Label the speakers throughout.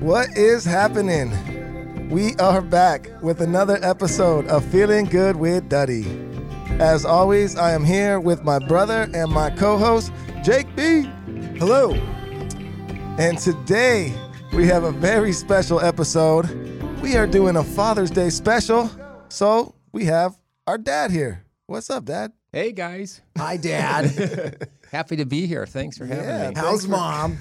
Speaker 1: What is happening? We are back with another episode of Feeling Good with Duddy. As always, I am here with my brother and my co host, Jake B. Hello. And today we have a very special episode. We are doing a Father's Day special. So we have our dad here. What's up, dad?
Speaker 2: Hey, guys.
Speaker 3: Hi, dad.
Speaker 2: Happy to be here. Thanks for having
Speaker 3: yeah,
Speaker 2: me.
Speaker 3: How's mom?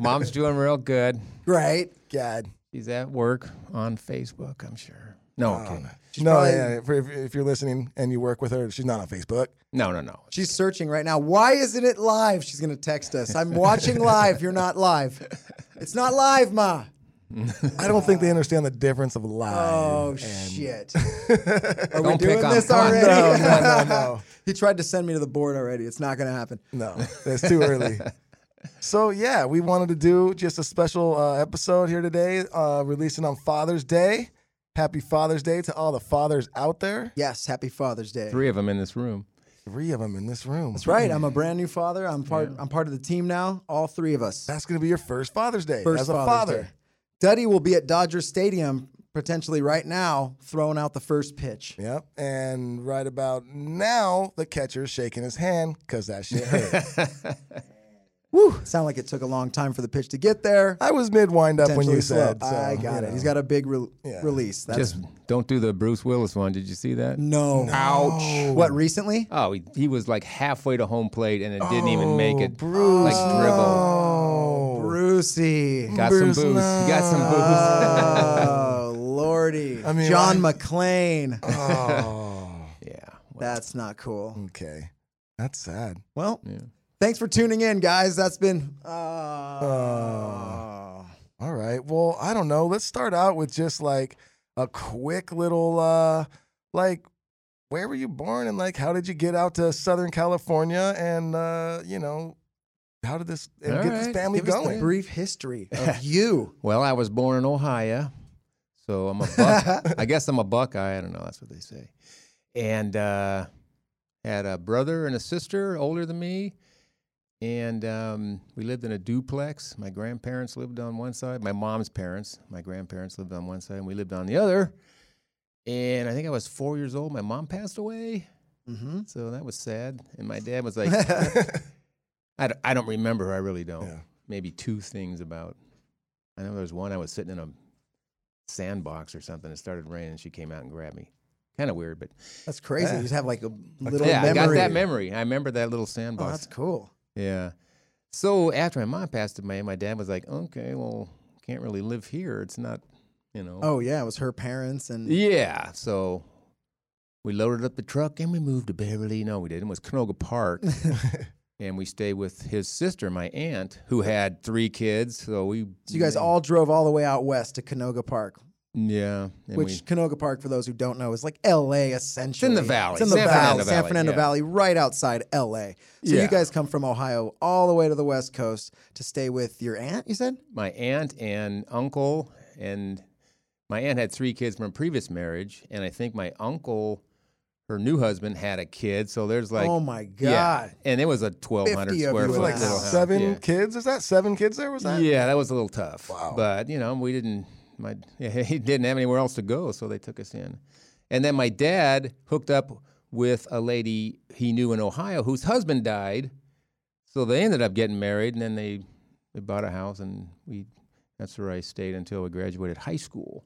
Speaker 2: Mom's doing real good.
Speaker 3: Great. God.
Speaker 2: She's at work on Facebook, I'm sure. No,
Speaker 1: Oh,
Speaker 2: okay.
Speaker 3: She's
Speaker 1: No,
Speaker 3: probably-
Speaker 1: yeah, if, if- if you're listening and you work with her, she's not on Facebook.
Speaker 2: No, no, no.
Speaker 3: She's searching right now. Why isn't it live? She's gonna text us. I'm watching live. You're not live. It's not live, ma.
Speaker 1: I don't think they understand the difference of live.
Speaker 3: Oh
Speaker 1: and-
Speaker 3: shit. Are
Speaker 1: no,
Speaker 3: we
Speaker 2: Don't pick
Speaker 3: doing
Speaker 2: on
Speaker 3: this
Speaker 2: Con.
Speaker 3: already?
Speaker 1: no, no, no.
Speaker 3: He tried to send me to the board already. It's not gonna happen.
Speaker 1: No, that's too early. So yeah, we wanted to do just a special uh, episode here today, uh, releasing on Father's Day. Happy Father's Day to all the fathers out there.
Speaker 3: Yes, happy Father's Day.
Speaker 2: Three of them in this room.
Speaker 1: Three of them in this room.
Speaker 3: That's right. I'm a brand new father. I'm part I'm part of the team now. All three of us.
Speaker 1: That's gonna be your first Father's Day
Speaker 3: First
Speaker 1: as a
Speaker 3: Father's
Speaker 1: father.
Speaker 3: Day. Duddy will be at Dodger Stadium potentially right now, throwing out the first pitch.
Speaker 1: Yep. And right about now, the catcher's shaking his hand because that shit hurt.
Speaker 3: Woo! Sound like it took a long time for the pitch to get there.
Speaker 1: I was mid wind up when you
Speaker 3: Potentially slow.
Speaker 1: said. so,
Speaker 3: I got
Speaker 1: you
Speaker 3: it.
Speaker 1: know.
Speaker 3: He's got a big re-
Speaker 1: Yeah.
Speaker 3: release. That's
Speaker 2: Just don't do the Bruce Willis one. Did you see that?
Speaker 3: no.
Speaker 1: Ouch.
Speaker 3: What recently?
Speaker 2: Oh, he, he was like halfway to home plate and it didn't even make
Speaker 3: Oh,
Speaker 2: it.
Speaker 1: Bruce,
Speaker 2: Like dribble.
Speaker 1: Oh.
Speaker 3: Brucey.
Speaker 2: Got
Speaker 1: Bruce,
Speaker 2: some booze.
Speaker 1: no.
Speaker 2: Got some booze.
Speaker 3: Oh lordy.
Speaker 1: I mean,
Speaker 3: John
Speaker 1: why-
Speaker 3: McClane.
Speaker 1: Oh.
Speaker 2: yeah. well,
Speaker 3: That's not
Speaker 1: Hmm.
Speaker 3: cool.
Speaker 1: okay. That's sad.
Speaker 3: Well,
Speaker 2: Yeah.
Speaker 3: thanks for tuning in, guys. That's been. Uh,
Speaker 1: Oh. All right. Well, I don't know. Let's start out with just like a quick little uh like where were you born and like how did you get out to Southern California and uh, you know, how did this and
Speaker 2: All
Speaker 1: get this
Speaker 2: right.
Speaker 1: family
Speaker 3: Give us the
Speaker 1: going?
Speaker 3: brief history of you.
Speaker 2: Well, I was born in Ohio, so I'm a buck. I guess I'm a Buckeye. I don't know. That's what they say. And uh, had a brother and a sister older than me, and um, we lived in a duplex. My grandparents lived on one side. My mom's parents, my grandparents lived on one side, and we lived on the other. And I think I was four years old. My mom passed away,
Speaker 3: hmm
Speaker 2: so that was sad. And my dad was like, I, d- I don't remember. I really don't.
Speaker 1: Yeah.
Speaker 2: Maybe two things about. I know there was one I was sitting in a sandbox or something. It started raining. and She came out and grabbed me. Kind of weird, but
Speaker 3: That's crazy. You just have like a little
Speaker 2: yeah,
Speaker 3: memory.
Speaker 2: I got that memory. I remember that little
Speaker 3: Oh,
Speaker 2: sandbox.
Speaker 3: that's cool.
Speaker 2: yeah. So after my mom passed away, my dad was like, "Okay, well, can't really live here. It's not, you know."
Speaker 3: Oh yeah, it was her parents and
Speaker 2: Yeah. So we loaded up the truck and we moved to Beverly. No, we didn't. It was Canoga Park. and we stayed with his sister, my aunt, who had three kids. So we.
Speaker 3: So you guys all drove all the way out west to Canoga Park,
Speaker 2: Yeah. And
Speaker 3: which
Speaker 2: we,
Speaker 3: Canoga Park, for those who don't know, is like L.A. essentially.
Speaker 2: valley,
Speaker 3: It's in the
Speaker 2: San
Speaker 3: valley,
Speaker 2: Fernando
Speaker 3: San
Speaker 2: Valley,
Speaker 3: Fernando
Speaker 2: yeah.
Speaker 3: Valley, right outside L.A. So
Speaker 2: Yeah.
Speaker 3: you guys come from Ohio all the way to the West Coast to stay with your aunt. You said
Speaker 2: my aunt and uncle, and my aunt had three kids from a previous marriage. And I think my uncle, her new husband, had a kid. So there's like.
Speaker 3: Oh my God.
Speaker 2: And it was a 1,200
Speaker 3: 50 of
Speaker 1: There
Speaker 2: square
Speaker 3: you
Speaker 1: was
Speaker 2: foot
Speaker 1: like
Speaker 3: Wow.
Speaker 2: little house.
Speaker 1: seven
Speaker 2: Yeah.
Speaker 1: kids. Is that seven kids there? Was that?
Speaker 2: Yeah, that was a little tough.
Speaker 1: Wow.
Speaker 2: But you know, we didn't. My he didn't have anywhere else to go, so they took us in, And then my dad hooked up with a lady he knew in Ohio whose husband died. So they ended up getting married, and then they, they bought a house, and we that's where I stayed until I graduated high school.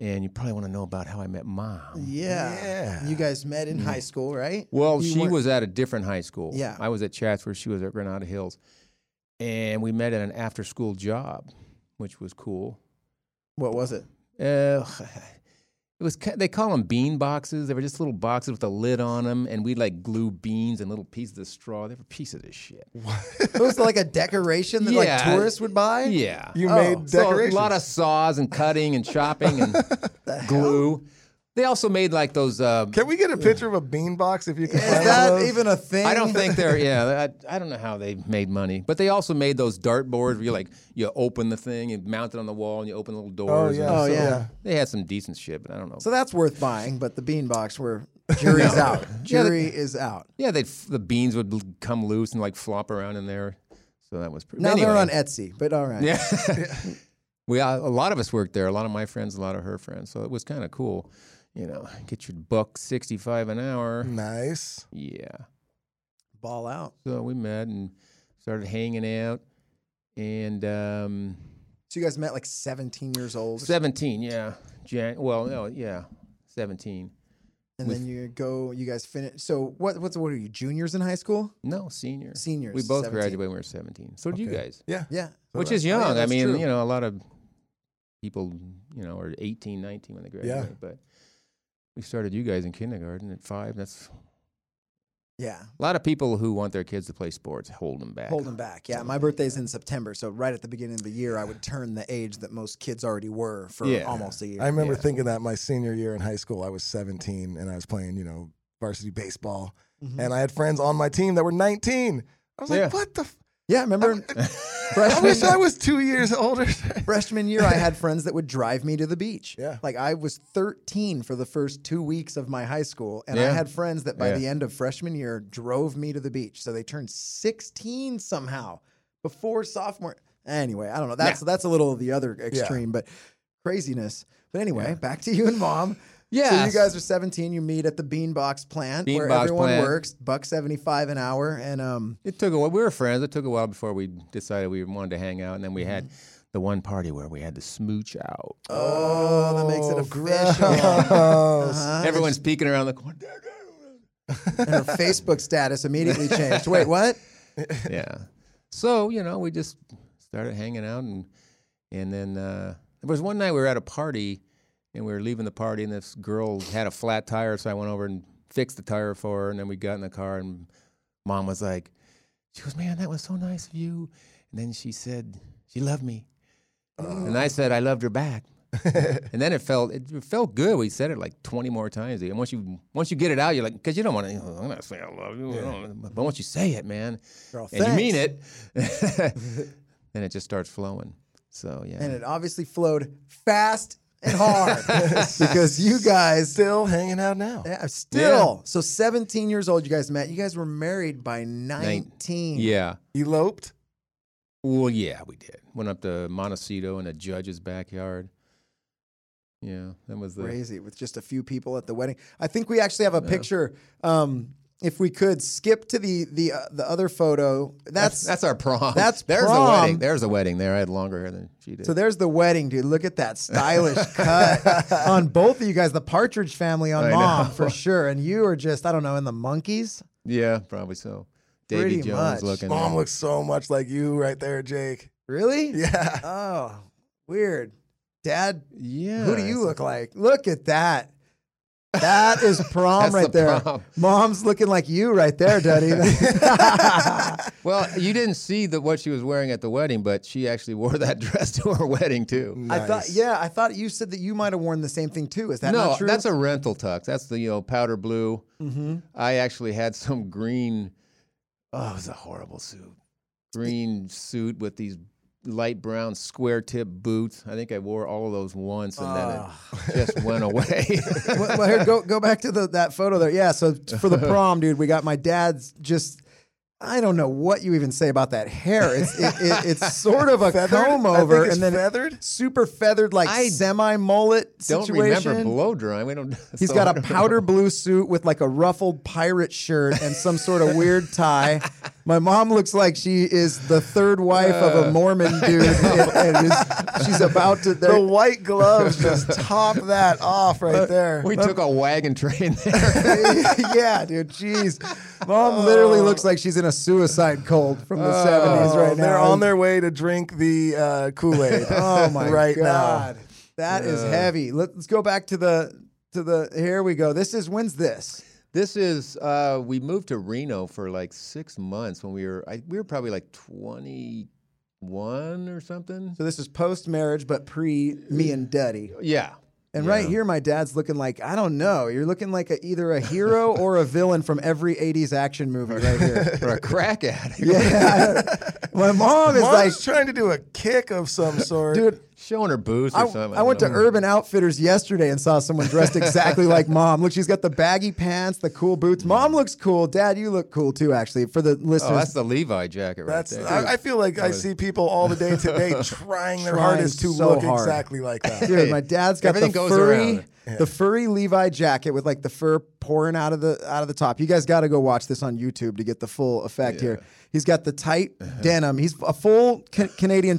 Speaker 2: And you probably want to know about how I met mom.
Speaker 1: Yeah.
Speaker 3: You guys met in high school, right?
Speaker 2: Mm. Well,
Speaker 3: You
Speaker 2: she
Speaker 3: weren't-
Speaker 2: was at a different high school.
Speaker 3: Yeah.
Speaker 2: I was at Chatsworth. She was at Granada Hills. And we met at an after school job, which was cool.
Speaker 3: What was it?
Speaker 2: Uh, it was ki- they call them bean boxes. They were just little boxes with a lid on them, and we'd like glue beans and little pieces of straw. They were pieces of shit.
Speaker 3: It was like a decoration that like
Speaker 2: Yeah.
Speaker 3: tourists would buy.
Speaker 2: Yeah,
Speaker 1: You
Speaker 3: Oh,
Speaker 1: made
Speaker 2: So
Speaker 1: decorations.
Speaker 2: a lot of saws and cutting and chopping and glue. They also made like those. Uh,
Speaker 1: Can we get a picture of a beanbox if you can
Speaker 3: Is
Speaker 1: find one
Speaker 3: that
Speaker 1: of those?
Speaker 3: even a thing?
Speaker 2: I don't think they're yeah. I, I don't know how they made money, but they also made those dart boards where you like you open the thing and mount it on the wall and you open little
Speaker 1: Oh
Speaker 2: doors.
Speaker 1: yeah.
Speaker 2: and-
Speaker 3: Oh,
Speaker 1: so-
Speaker 3: yeah.
Speaker 2: They had some decent shit, but I don't know.
Speaker 3: so. That's worth buying, but the beanbox were jury's out. Jury is out.
Speaker 2: yeah, they the beans would l- come loose and like flop around in there. So that was pretty.
Speaker 3: Now
Speaker 2: anyway.
Speaker 3: they're on Etsy, but all right.
Speaker 2: Yeah. we uh, a lot of us worked there. A lot of my friends, a lot of her friends. So it was kind of cool. You know, get your buck sixty five an hour.
Speaker 3: Hmm.
Speaker 1: Nice.
Speaker 2: Yeah.
Speaker 3: Ball out.
Speaker 2: So we met and started hanging out. And um,
Speaker 3: So you guys met like 17 years old,
Speaker 2: seventeen, yeah, Jan. Well, no, yeah, seventeen.
Speaker 3: and then you go. You guys finish. So what? What's what are you? Juniors in high school?
Speaker 2: No, senior.
Speaker 3: Seniors,
Speaker 2: We both
Speaker 3: 17.
Speaker 2: graduated when we were seventeen. So did you
Speaker 1: Okay.
Speaker 2: guys?
Speaker 1: Yeah.
Speaker 3: Yeah.
Speaker 2: Which is young. I
Speaker 3: that's
Speaker 2: mean,
Speaker 3: true.
Speaker 2: you know, a lot of people, you know, are 18, 19 when they graduate.
Speaker 1: Yeah.
Speaker 2: But we started you guys in kindergarten at five. That's
Speaker 3: Yeah.
Speaker 2: A lot of people who want their kids to play sports hold them back.
Speaker 3: Hold them back. Yeah, my birthday's in September, so right at the beginning of the year, I would turn the age that most kids already were for
Speaker 2: Yeah.
Speaker 3: almost a year.
Speaker 1: I remember
Speaker 2: Yeah.
Speaker 1: thinking that my senior year in high school, I was 17 and I was playing, you know, varsity baseball,
Speaker 3: Mhm.
Speaker 1: and I had friends on my team that were 19. I was
Speaker 2: Yeah.
Speaker 1: like, what the? F-
Speaker 3: yeah, remember
Speaker 1: I wish I
Speaker 3: freshman,
Speaker 1: was two years older.
Speaker 3: freshman year, I had friends that would drive me to the beach.
Speaker 1: Yeah.
Speaker 3: like I was 13 for the first two weeks of my high school, and I
Speaker 2: Yeah.
Speaker 3: had friends that by
Speaker 2: Yeah.
Speaker 3: the end of freshman year drove me to the beach. So they turned 16 somehow before sophomore. Anyway, I don't know. That's that's a little of the other extreme, but craziness. But anyway, back to you and mom. So
Speaker 2: Yeah.
Speaker 3: you guys are 17. You meet at the Beanbox plant where
Speaker 2: Beanbox
Speaker 3: everyone
Speaker 2: plant.
Speaker 3: works, buck 75 an hour, and um,
Speaker 2: It took a while. We were friends. It took a while before we decided we wanted to hang out, and then we had the one party where we had to smooch out.
Speaker 3: Mm-hmm. oh, that makes it official. Uh-huh.
Speaker 2: Everyone's peeking around the corner.
Speaker 3: And her Facebook status immediately changed. Wait, what?
Speaker 2: yeah. So you know, we just started hanging out, and and then uh, there was one night we were at a party, and we were leaving the party, and this girl had a flat tire, so I went over and fixed the tire for her, and then we got in the car, and mom was like, she goes, man, that was so nice of you, and then she said she loved me, and I said I loved her back. and then it felt it felt good. We said it like twenty more times. And once you once you get it out, you're like, because you don't want to. I'm not saying I love you, I don't- but once you say it, man,
Speaker 3: Girl,
Speaker 2: and you mean
Speaker 3: thanks.
Speaker 2: it, then it just starts flowing. So yeah,
Speaker 3: And it obviously flowed fast and hard because you guys
Speaker 1: Still hanging out now.
Speaker 3: yeah, still. So 17 years old, you guys met. You guys were married by 19.
Speaker 2: yeah.
Speaker 1: Eloped.
Speaker 2: Well, yeah, we did. Went up to Montecito in a judge's backyard. Yeah, that was the
Speaker 3: crazy with just a few people at the wedding. I think we actually have a picture. Um, if we could skip to the the uh, the other photo, that's,
Speaker 2: that's that's our prom.
Speaker 3: that's
Speaker 2: there's
Speaker 3: prom.
Speaker 2: the wedding. There's the wedding. There, I had longer hair than she did.
Speaker 3: so. There's the wedding, dude. Look at that stylish cut on both of you guys. The Partridge Family on
Speaker 2: I
Speaker 3: mom
Speaker 2: know.
Speaker 3: for sure, and you are just I don't know in the monkeys.
Speaker 2: yeah, probably so.
Speaker 3: Pretty
Speaker 2: Davy Jones
Speaker 3: much.
Speaker 2: looking.
Speaker 1: Mom looks so much like you right there, Jake.
Speaker 3: Really?
Speaker 1: Yeah.
Speaker 3: Oh, weird. Dad,
Speaker 2: yeah.
Speaker 3: who do you
Speaker 2: it's-
Speaker 3: look like? Look at that. That is prom
Speaker 2: That's
Speaker 3: right
Speaker 2: the
Speaker 3: there.
Speaker 2: prom.
Speaker 3: Mom's looking like you right there, Daddy.
Speaker 2: Well, you didn't see the, what she was wearing at the wedding, but she actually wore that dress to her wedding too.
Speaker 3: I thought, yeah, I thought you said that you might have worn the same thing too. Is that
Speaker 2: no,
Speaker 3: not true? Mm-hmm.
Speaker 2: that's a rental tux. That's the you know powder blue. I actually had some green. Oh, it was a horrible suit. Green suit with these light brown square tip boots. I think I wore all of those once, and then it just went away.
Speaker 3: Ah. well, well, here, go go back to the, that photo there. Yeah, so t- for the prom, dude, we got my dad's just I don't know what you even say about that hair. It's it, it, it's sort of a
Speaker 1: Feathered?
Speaker 3: comb
Speaker 1: I think
Speaker 3: over
Speaker 1: it's
Speaker 3: and then
Speaker 1: feathered?
Speaker 3: super feathered, like
Speaker 2: I
Speaker 3: semi mullet
Speaker 2: Don't
Speaker 3: situation.
Speaker 2: remember blow drying. We don't.
Speaker 3: He's
Speaker 2: so I
Speaker 3: got a
Speaker 2: don't know.
Speaker 3: powder blue suit with like a ruffled pirate shirt and some sort of weird tie. My mom looks like she is the third wife of a Mormon dude, and, and is, she's about to.
Speaker 1: Uh. The white gloves just top that off
Speaker 3: Uh,
Speaker 1: right there.
Speaker 2: We took a wagon train there.
Speaker 3: yeah, dude. Jeez, mom literally looks like she's in a suicide cold from the seventies
Speaker 1: Oh,
Speaker 3: right now.
Speaker 1: They're on their way to drink the uh, Kool Aid.
Speaker 3: Oh my
Speaker 1: right
Speaker 3: god,
Speaker 1: now.
Speaker 3: that is heavy. Let, us go back to the to the. Here we go. This is when's this?
Speaker 2: this is uh, we moved to Reno for like six months when we were I, we were probably like twenty one or something.
Speaker 3: So this is post marriage, but pre me and Duddy.
Speaker 2: Yeah,
Speaker 3: And right here, my dad's looking like I don't know. You're looking like a, either a hero or a villain from every '80s action movie right here.
Speaker 2: or a crack addict.
Speaker 3: yeah, my mom is like,
Speaker 1: Mom's trying to do a kick of some sort.
Speaker 3: dude.
Speaker 2: showing her booze or
Speaker 3: I,
Speaker 2: something. Mm.
Speaker 3: I went to
Speaker 2: don't know.
Speaker 3: Urban Outfitters yesterday and saw someone dressed exactly like mom. Look, she's got the baggy pants, the cool boots. Mom looks cool. Dad, you look cool too. Actually, for the listeners,
Speaker 2: Oh, that's the Levi jacket right
Speaker 1: That's.
Speaker 2: there.
Speaker 1: I, I feel like I see people all the day today trying their
Speaker 3: Trying
Speaker 1: hardest to
Speaker 3: so
Speaker 1: look
Speaker 3: hard.
Speaker 1: exactly like that.
Speaker 3: Dude, my dad's got the
Speaker 2: Everything goes
Speaker 3: furry,
Speaker 2: around.
Speaker 3: the furry Levi jacket with like the fur pouring out of the out of the top. You guys got to go watch this on YouTube to get the full effect here. He's got the tight
Speaker 2: Uh-huh.
Speaker 3: denim. He's a full ca- Canadian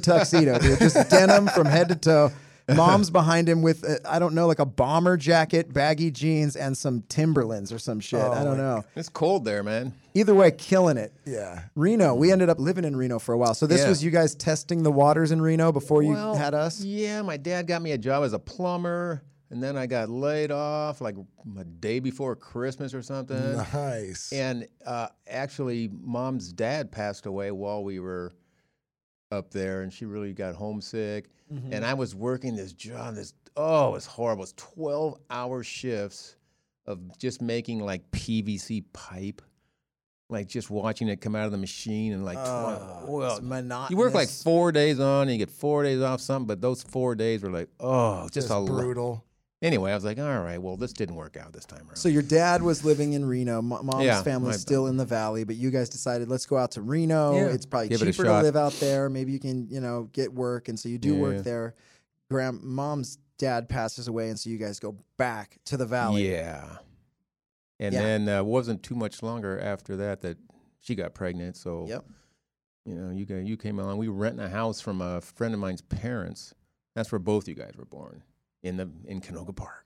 Speaker 3: tuxedo, dude. Just denim from head to toe. Mom's behind him with uh, I I don't know, like a bomber jacket, baggy jeans, and some Timberlands or some
Speaker 2: Oh
Speaker 3: shit. I don't know.
Speaker 2: It's cold there, man.
Speaker 3: Either way, killing it.
Speaker 1: Yeah.
Speaker 3: Reno. We ended up living in Reno for a while. So this
Speaker 2: Mm. Yeah.
Speaker 3: was you guys testing the waters in Reno before you
Speaker 2: Well,
Speaker 3: had us.
Speaker 2: Yeah, my dad got me a job as a plumber, and then I got laid off like a day before Christmas or something.
Speaker 1: Nice.
Speaker 2: And uh, actually, mom's dad passed away while we were up there, and she really got homesick.
Speaker 3: Mm-hmm.
Speaker 2: And I was working this job. This oh, it was horrible. It's twelve hour shifts of just making like PVC pipe. Like just watching it come out of the machine and like, 12, well,
Speaker 3: Uh, Oh, It's monotonous.
Speaker 2: you work like four days on and you get four days off something, but those four days were like, oh, just,
Speaker 1: Just
Speaker 2: a lo-
Speaker 1: brutal.
Speaker 2: Anyway, I was like, all right, well, this didn't work out this time around.
Speaker 3: So your dad was living in Reno. Mo- Mom's
Speaker 2: Yeah, my-
Speaker 3: family's still in the valley, but you guys decided let's go out to Reno.
Speaker 2: Yeah.
Speaker 3: It's probably
Speaker 2: Give it a
Speaker 3: cheaper to
Speaker 2: shot.
Speaker 3: live out there. Maybe you can, you know, get work, and so you do
Speaker 2: Yeah.
Speaker 3: work there. Grand mom's dad passes away, and so you guys go back to the valley.
Speaker 2: yeah. And
Speaker 3: Yeah.
Speaker 2: then uh, wasn't too much longer after that that she got pregnant. So
Speaker 3: Yep.
Speaker 2: you know, you got, you came along. We were renting a house from a friend of mine's parents. That's where both you guys were born in the in Canoga Park.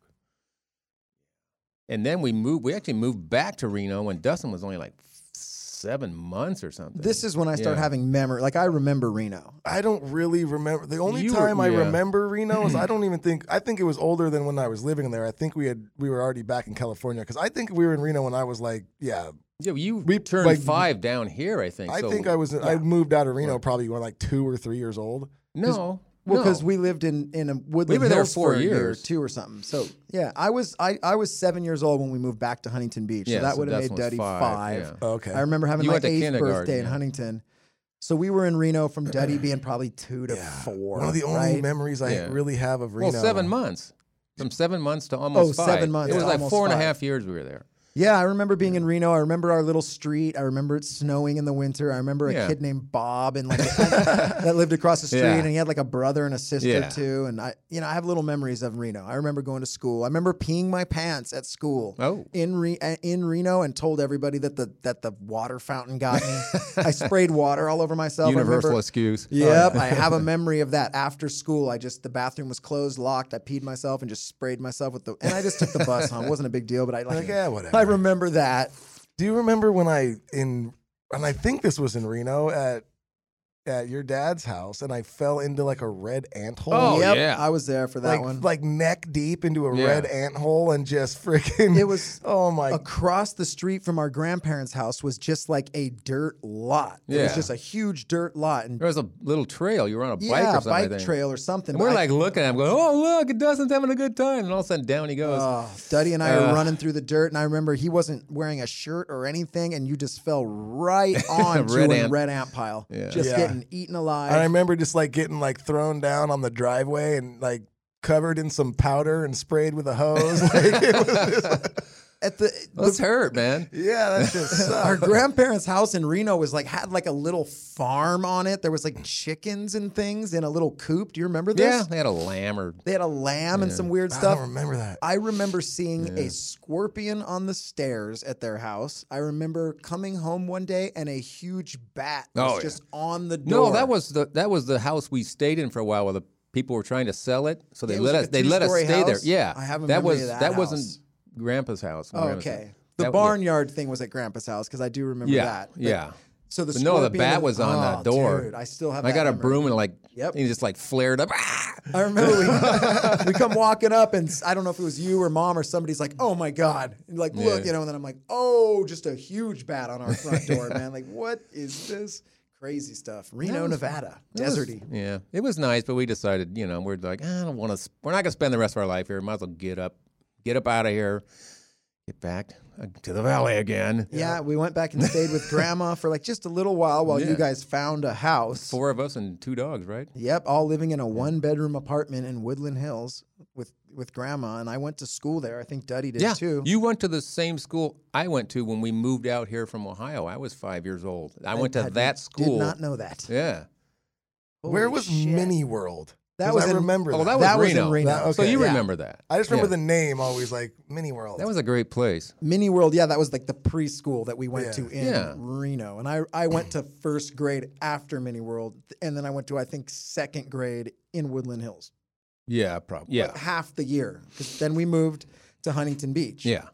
Speaker 2: And then we moved. We actually moved back to Reno when Dustin was only like seven months or something.
Speaker 3: This is when I start
Speaker 2: Yeah.
Speaker 3: having memory. Like I remember Reno.
Speaker 1: I don't really remember. The only
Speaker 2: You were-
Speaker 1: time I
Speaker 2: yeah.
Speaker 1: remember Reno is I don't even think. I think it was older than when I was living there. I think we had we were already back in California because I think we were in Reno when I was like, yeah.
Speaker 2: Yeah, well, you
Speaker 1: We-
Speaker 2: turned
Speaker 1: like-
Speaker 2: five down here, I think.
Speaker 1: I
Speaker 2: so-
Speaker 1: think I was. I moved out of Reno
Speaker 2: Right.
Speaker 1: probably when like two or three years old.
Speaker 2: no.
Speaker 3: Well, because
Speaker 2: no.
Speaker 3: we lived in in a woodland
Speaker 2: were there
Speaker 3: hills
Speaker 2: four
Speaker 3: for a year or
Speaker 2: years.
Speaker 3: two or something. So yeah, I was I, I was seven years old when we moved back to Huntington Beach.
Speaker 2: Yeah,
Speaker 3: so that
Speaker 2: so
Speaker 3: would have made
Speaker 2: Dustin was
Speaker 3: Duddy
Speaker 2: five, yeah.
Speaker 1: Okay.
Speaker 3: I remember having
Speaker 2: You
Speaker 3: my
Speaker 2: went to
Speaker 3: eighth
Speaker 2: kindergarten,
Speaker 3: birthday in
Speaker 2: yeah.
Speaker 3: Huntington. So we were in Reno from Duddy being probably two to four.
Speaker 1: One of the only
Speaker 3: right?
Speaker 1: memories I
Speaker 2: Yeah.
Speaker 1: really have of Reno.
Speaker 2: well, seven months. From seven months to almost
Speaker 3: Oh,
Speaker 2: five.
Speaker 3: seven months
Speaker 2: It was
Speaker 3: to
Speaker 2: like
Speaker 3: almost
Speaker 2: four and a half
Speaker 3: five.
Speaker 2: years we were there.
Speaker 3: Yeah, I remember being in Reno. I remember our little street. I remember it snowing in the winter. I remember a
Speaker 2: Yeah.
Speaker 3: kid named Bob and like that lived across the street,
Speaker 2: Yeah.
Speaker 3: and he had like a brother and a sister
Speaker 2: Yeah.
Speaker 3: too. And I, you know, I have little memories of Reno. I remember going to school. I remember peeing my pants at school.
Speaker 2: Oh.
Speaker 3: in Re- uh, in Reno, and told everybody that the that the water fountain got me. I sprayed water all over myself. I remember-
Speaker 2: Universal excuse.
Speaker 3: Yep, I have a memory of that. After school, I just the bathroom was closed, locked. I peed myself and just sprayed myself with the, and I just took the bus home. It wasn't a big deal, but I like,
Speaker 1: Like, yeah, whatever.
Speaker 3: I remember that.
Speaker 1: Do you remember when I in and I think this was in Reno at at your dad's house and I fell into like a red ant hole?
Speaker 2: Oh,
Speaker 3: yep,
Speaker 2: yeah.
Speaker 3: I was there for that
Speaker 1: like
Speaker 3: one.
Speaker 1: like neck deep into a
Speaker 2: Yeah.
Speaker 1: red ant hole and just freaking
Speaker 3: It was
Speaker 1: oh my
Speaker 3: across the street from our grandparents' house was just like a dirt lot. It was
Speaker 2: Yeah.
Speaker 3: just a huge dirt lot and
Speaker 2: There was a little trail. You were on a bike
Speaker 3: yeah,
Speaker 2: or something. I
Speaker 3: bike
Speaker 2: think.
Speaker 3: trail or something.
Speaker 2: And
Speaker 3: but
Speaker 2: we're
Speaker 3: I-
Speaker 2: like looking at him, going, "Oh, look, it doesn't having a good time." And all of a sudden, down he goes.
Speaker 3: Oh, Duddy and I are
Speaker 2: Ugh.
Speaker 3: running through the dirt, and I remember he wasn't wearing a shirt or anything, and you just fell right onto
Speaker 2: Red
Speaker 3: a
Speaker 2: ant.
Speaker 3: red ant pile,
Speaker 2: Yeah.
Speaker 3: just
Speaker 1: Yeah.
Speaker 3: getting eaten alive.
Speaker 1: I remember just like getting like thrown down on the driveway and like covered in some powder and sprayed with a hose like it was just,
Speaker 3: at the,
Speaker 2: That's
Speaker 3: the-
Speaker 2: hurt, man.
Speaker 1: Yeah, that just
Speaker 3: our
Speaker 1: sucks.
Speaker 3: grandparents' house in Reno was like had like a little farm on it. There was like chickens and things in a little coop. Do you remember this?
Speaker 2: Yeah, they had a lamb or
Speaker 3: They had a lamb and
Speaker 2: Yeah.
Speaker 3: some weird
Speaker 1: I
Speaker 3: stuff.
Speaker 1: don't remember that.
Speaker 3: I remember seeing
Speaker 2: Yeah.
Speaker 3: a scorpion on the stairs at their house. I remember coming home one day and a huge bat was
Speaker 2: Oh, yeah.
Speaker 3: just on the door.
Speaker 2: No, that was the that was the house we stayed in for a while where the people were trying to sell it, so they
Speaker 3: Yeah, it was
Speaker 2: let
Speaker 3: like
Speaker 2: us
Speaker 3: a
Speaker 2: they let us
Speaker 3: two-story
Speaker 2: stay there.
Speaker 3: house.
Speaker 2: Yeah,
Speaker 3: I have a
Speaker 2: that
Speaker 3: memory
Speaker 2: was
Speaker 3: of that house.
Speaker 2: wasn't Grandpa's house.
Speaker 3: Oh,
Speaker 2: Grandma's house.
Speaker 3: okay. The
Speaker 2: That-
Speaker 3: barnyard thing was at Grandpa's house because I do remember
Speaker 2: Yeah,
Speaker 3: that. But-
Speaker 2: yeah.
Speaker 3: So the
Speaker 2: But no, the
Speaker 3: scorpion
Speaker 2: bat
Speaker 3: and-
Speaker 2: was on that
Speaker 3: Oh,
Speaker 2: door.
Speaker 3: Dude, I still have.
Speaker 2: I
Speaker 3: that
Speaker 2: got a
Speaker 3: memory.
Speaker 2: broom and like
Speaker 3: Yep.
Speaker 2: and he just like flared up. Ah!
Speaker 3: I remember we, we come walking up, and s- I don't know if it was you or mom or somebody's like, "Oh my god!" And like, look,
Speaker 2: Yeah.
Speaker 3: you know. And then I'm like, "Oh, just a huge bat on our front door, man! Like, what is this crazy stuff?" Reno, Nevada, deserty.
Speaker 2: Yeah, it was nice, but we decided, you know, we're like, I don't want to. We're not gonna spend the rest of our life here. Might as well get up, get up out of here, get back uh, to the valley again.
Speaker 3: Yeah, we went back and stayed with grandma for like just a little while while you
Speaker 2: Yeah.
Speaker 3: guys found a house.
Speaker 2: Four of us and two dogs, right?
Speaker 3: Yep, all living in a one bedroom apartment in Woodland Hills with with grandma, and I went to school there. I think Duddy did
Speaker 2: yeah,
Speaker 3: too.
Speaker 2: You went to the same school I went to when we moved out here from Ohio. I was five years old. I, went to
Speaker 3: had-
Speaker 2: that school.
Speaker 3: Did not know that.
Speaker 2: Yeah. Oh,
Speaker 1: Where
Speaker 3: Holy
Speaker 1: was
Speaker 3: shit.
Speaker 1: Mini World?
Speaker 3: That
Speaker 1: 'Cause
Speaker 3: was
Speaker 1: I
Speaker 3: in-
Speaker 1: remember.
Speaker 2: Oh,
Speaker 1: that.
Speaker 2: that was
Speaker 3: That was in
Speaker 2: Reno.
Speaker 3: Reno.
Speaker 1: That-
Speaker 2: So
Speaker 1: okay,
Speaker 2: you
Speaker 1: yeah.
Speaker 2: remember that?
Speaker 1: I just remember
Speaker 2: Yeah.
Speaker 1: the name always like Mini World.
Speaker 2: That was a great place.
Speaker 3: Mini World, yeah, that was like the preschool that we went
Speaker 1: Yeah.
Speaker 3: to in
Speaker 2: Yeah.
Speaker 3: Reno. And I, I went to first grade after Mini World, and then I went to, I think, second grade in Woodland Hills.
Speaker 2: Yeah, probably. Yeah.
Speaker 3: Like half the year. 'cause then we moved to Huntington Beach.
Speaker 2: Yeah.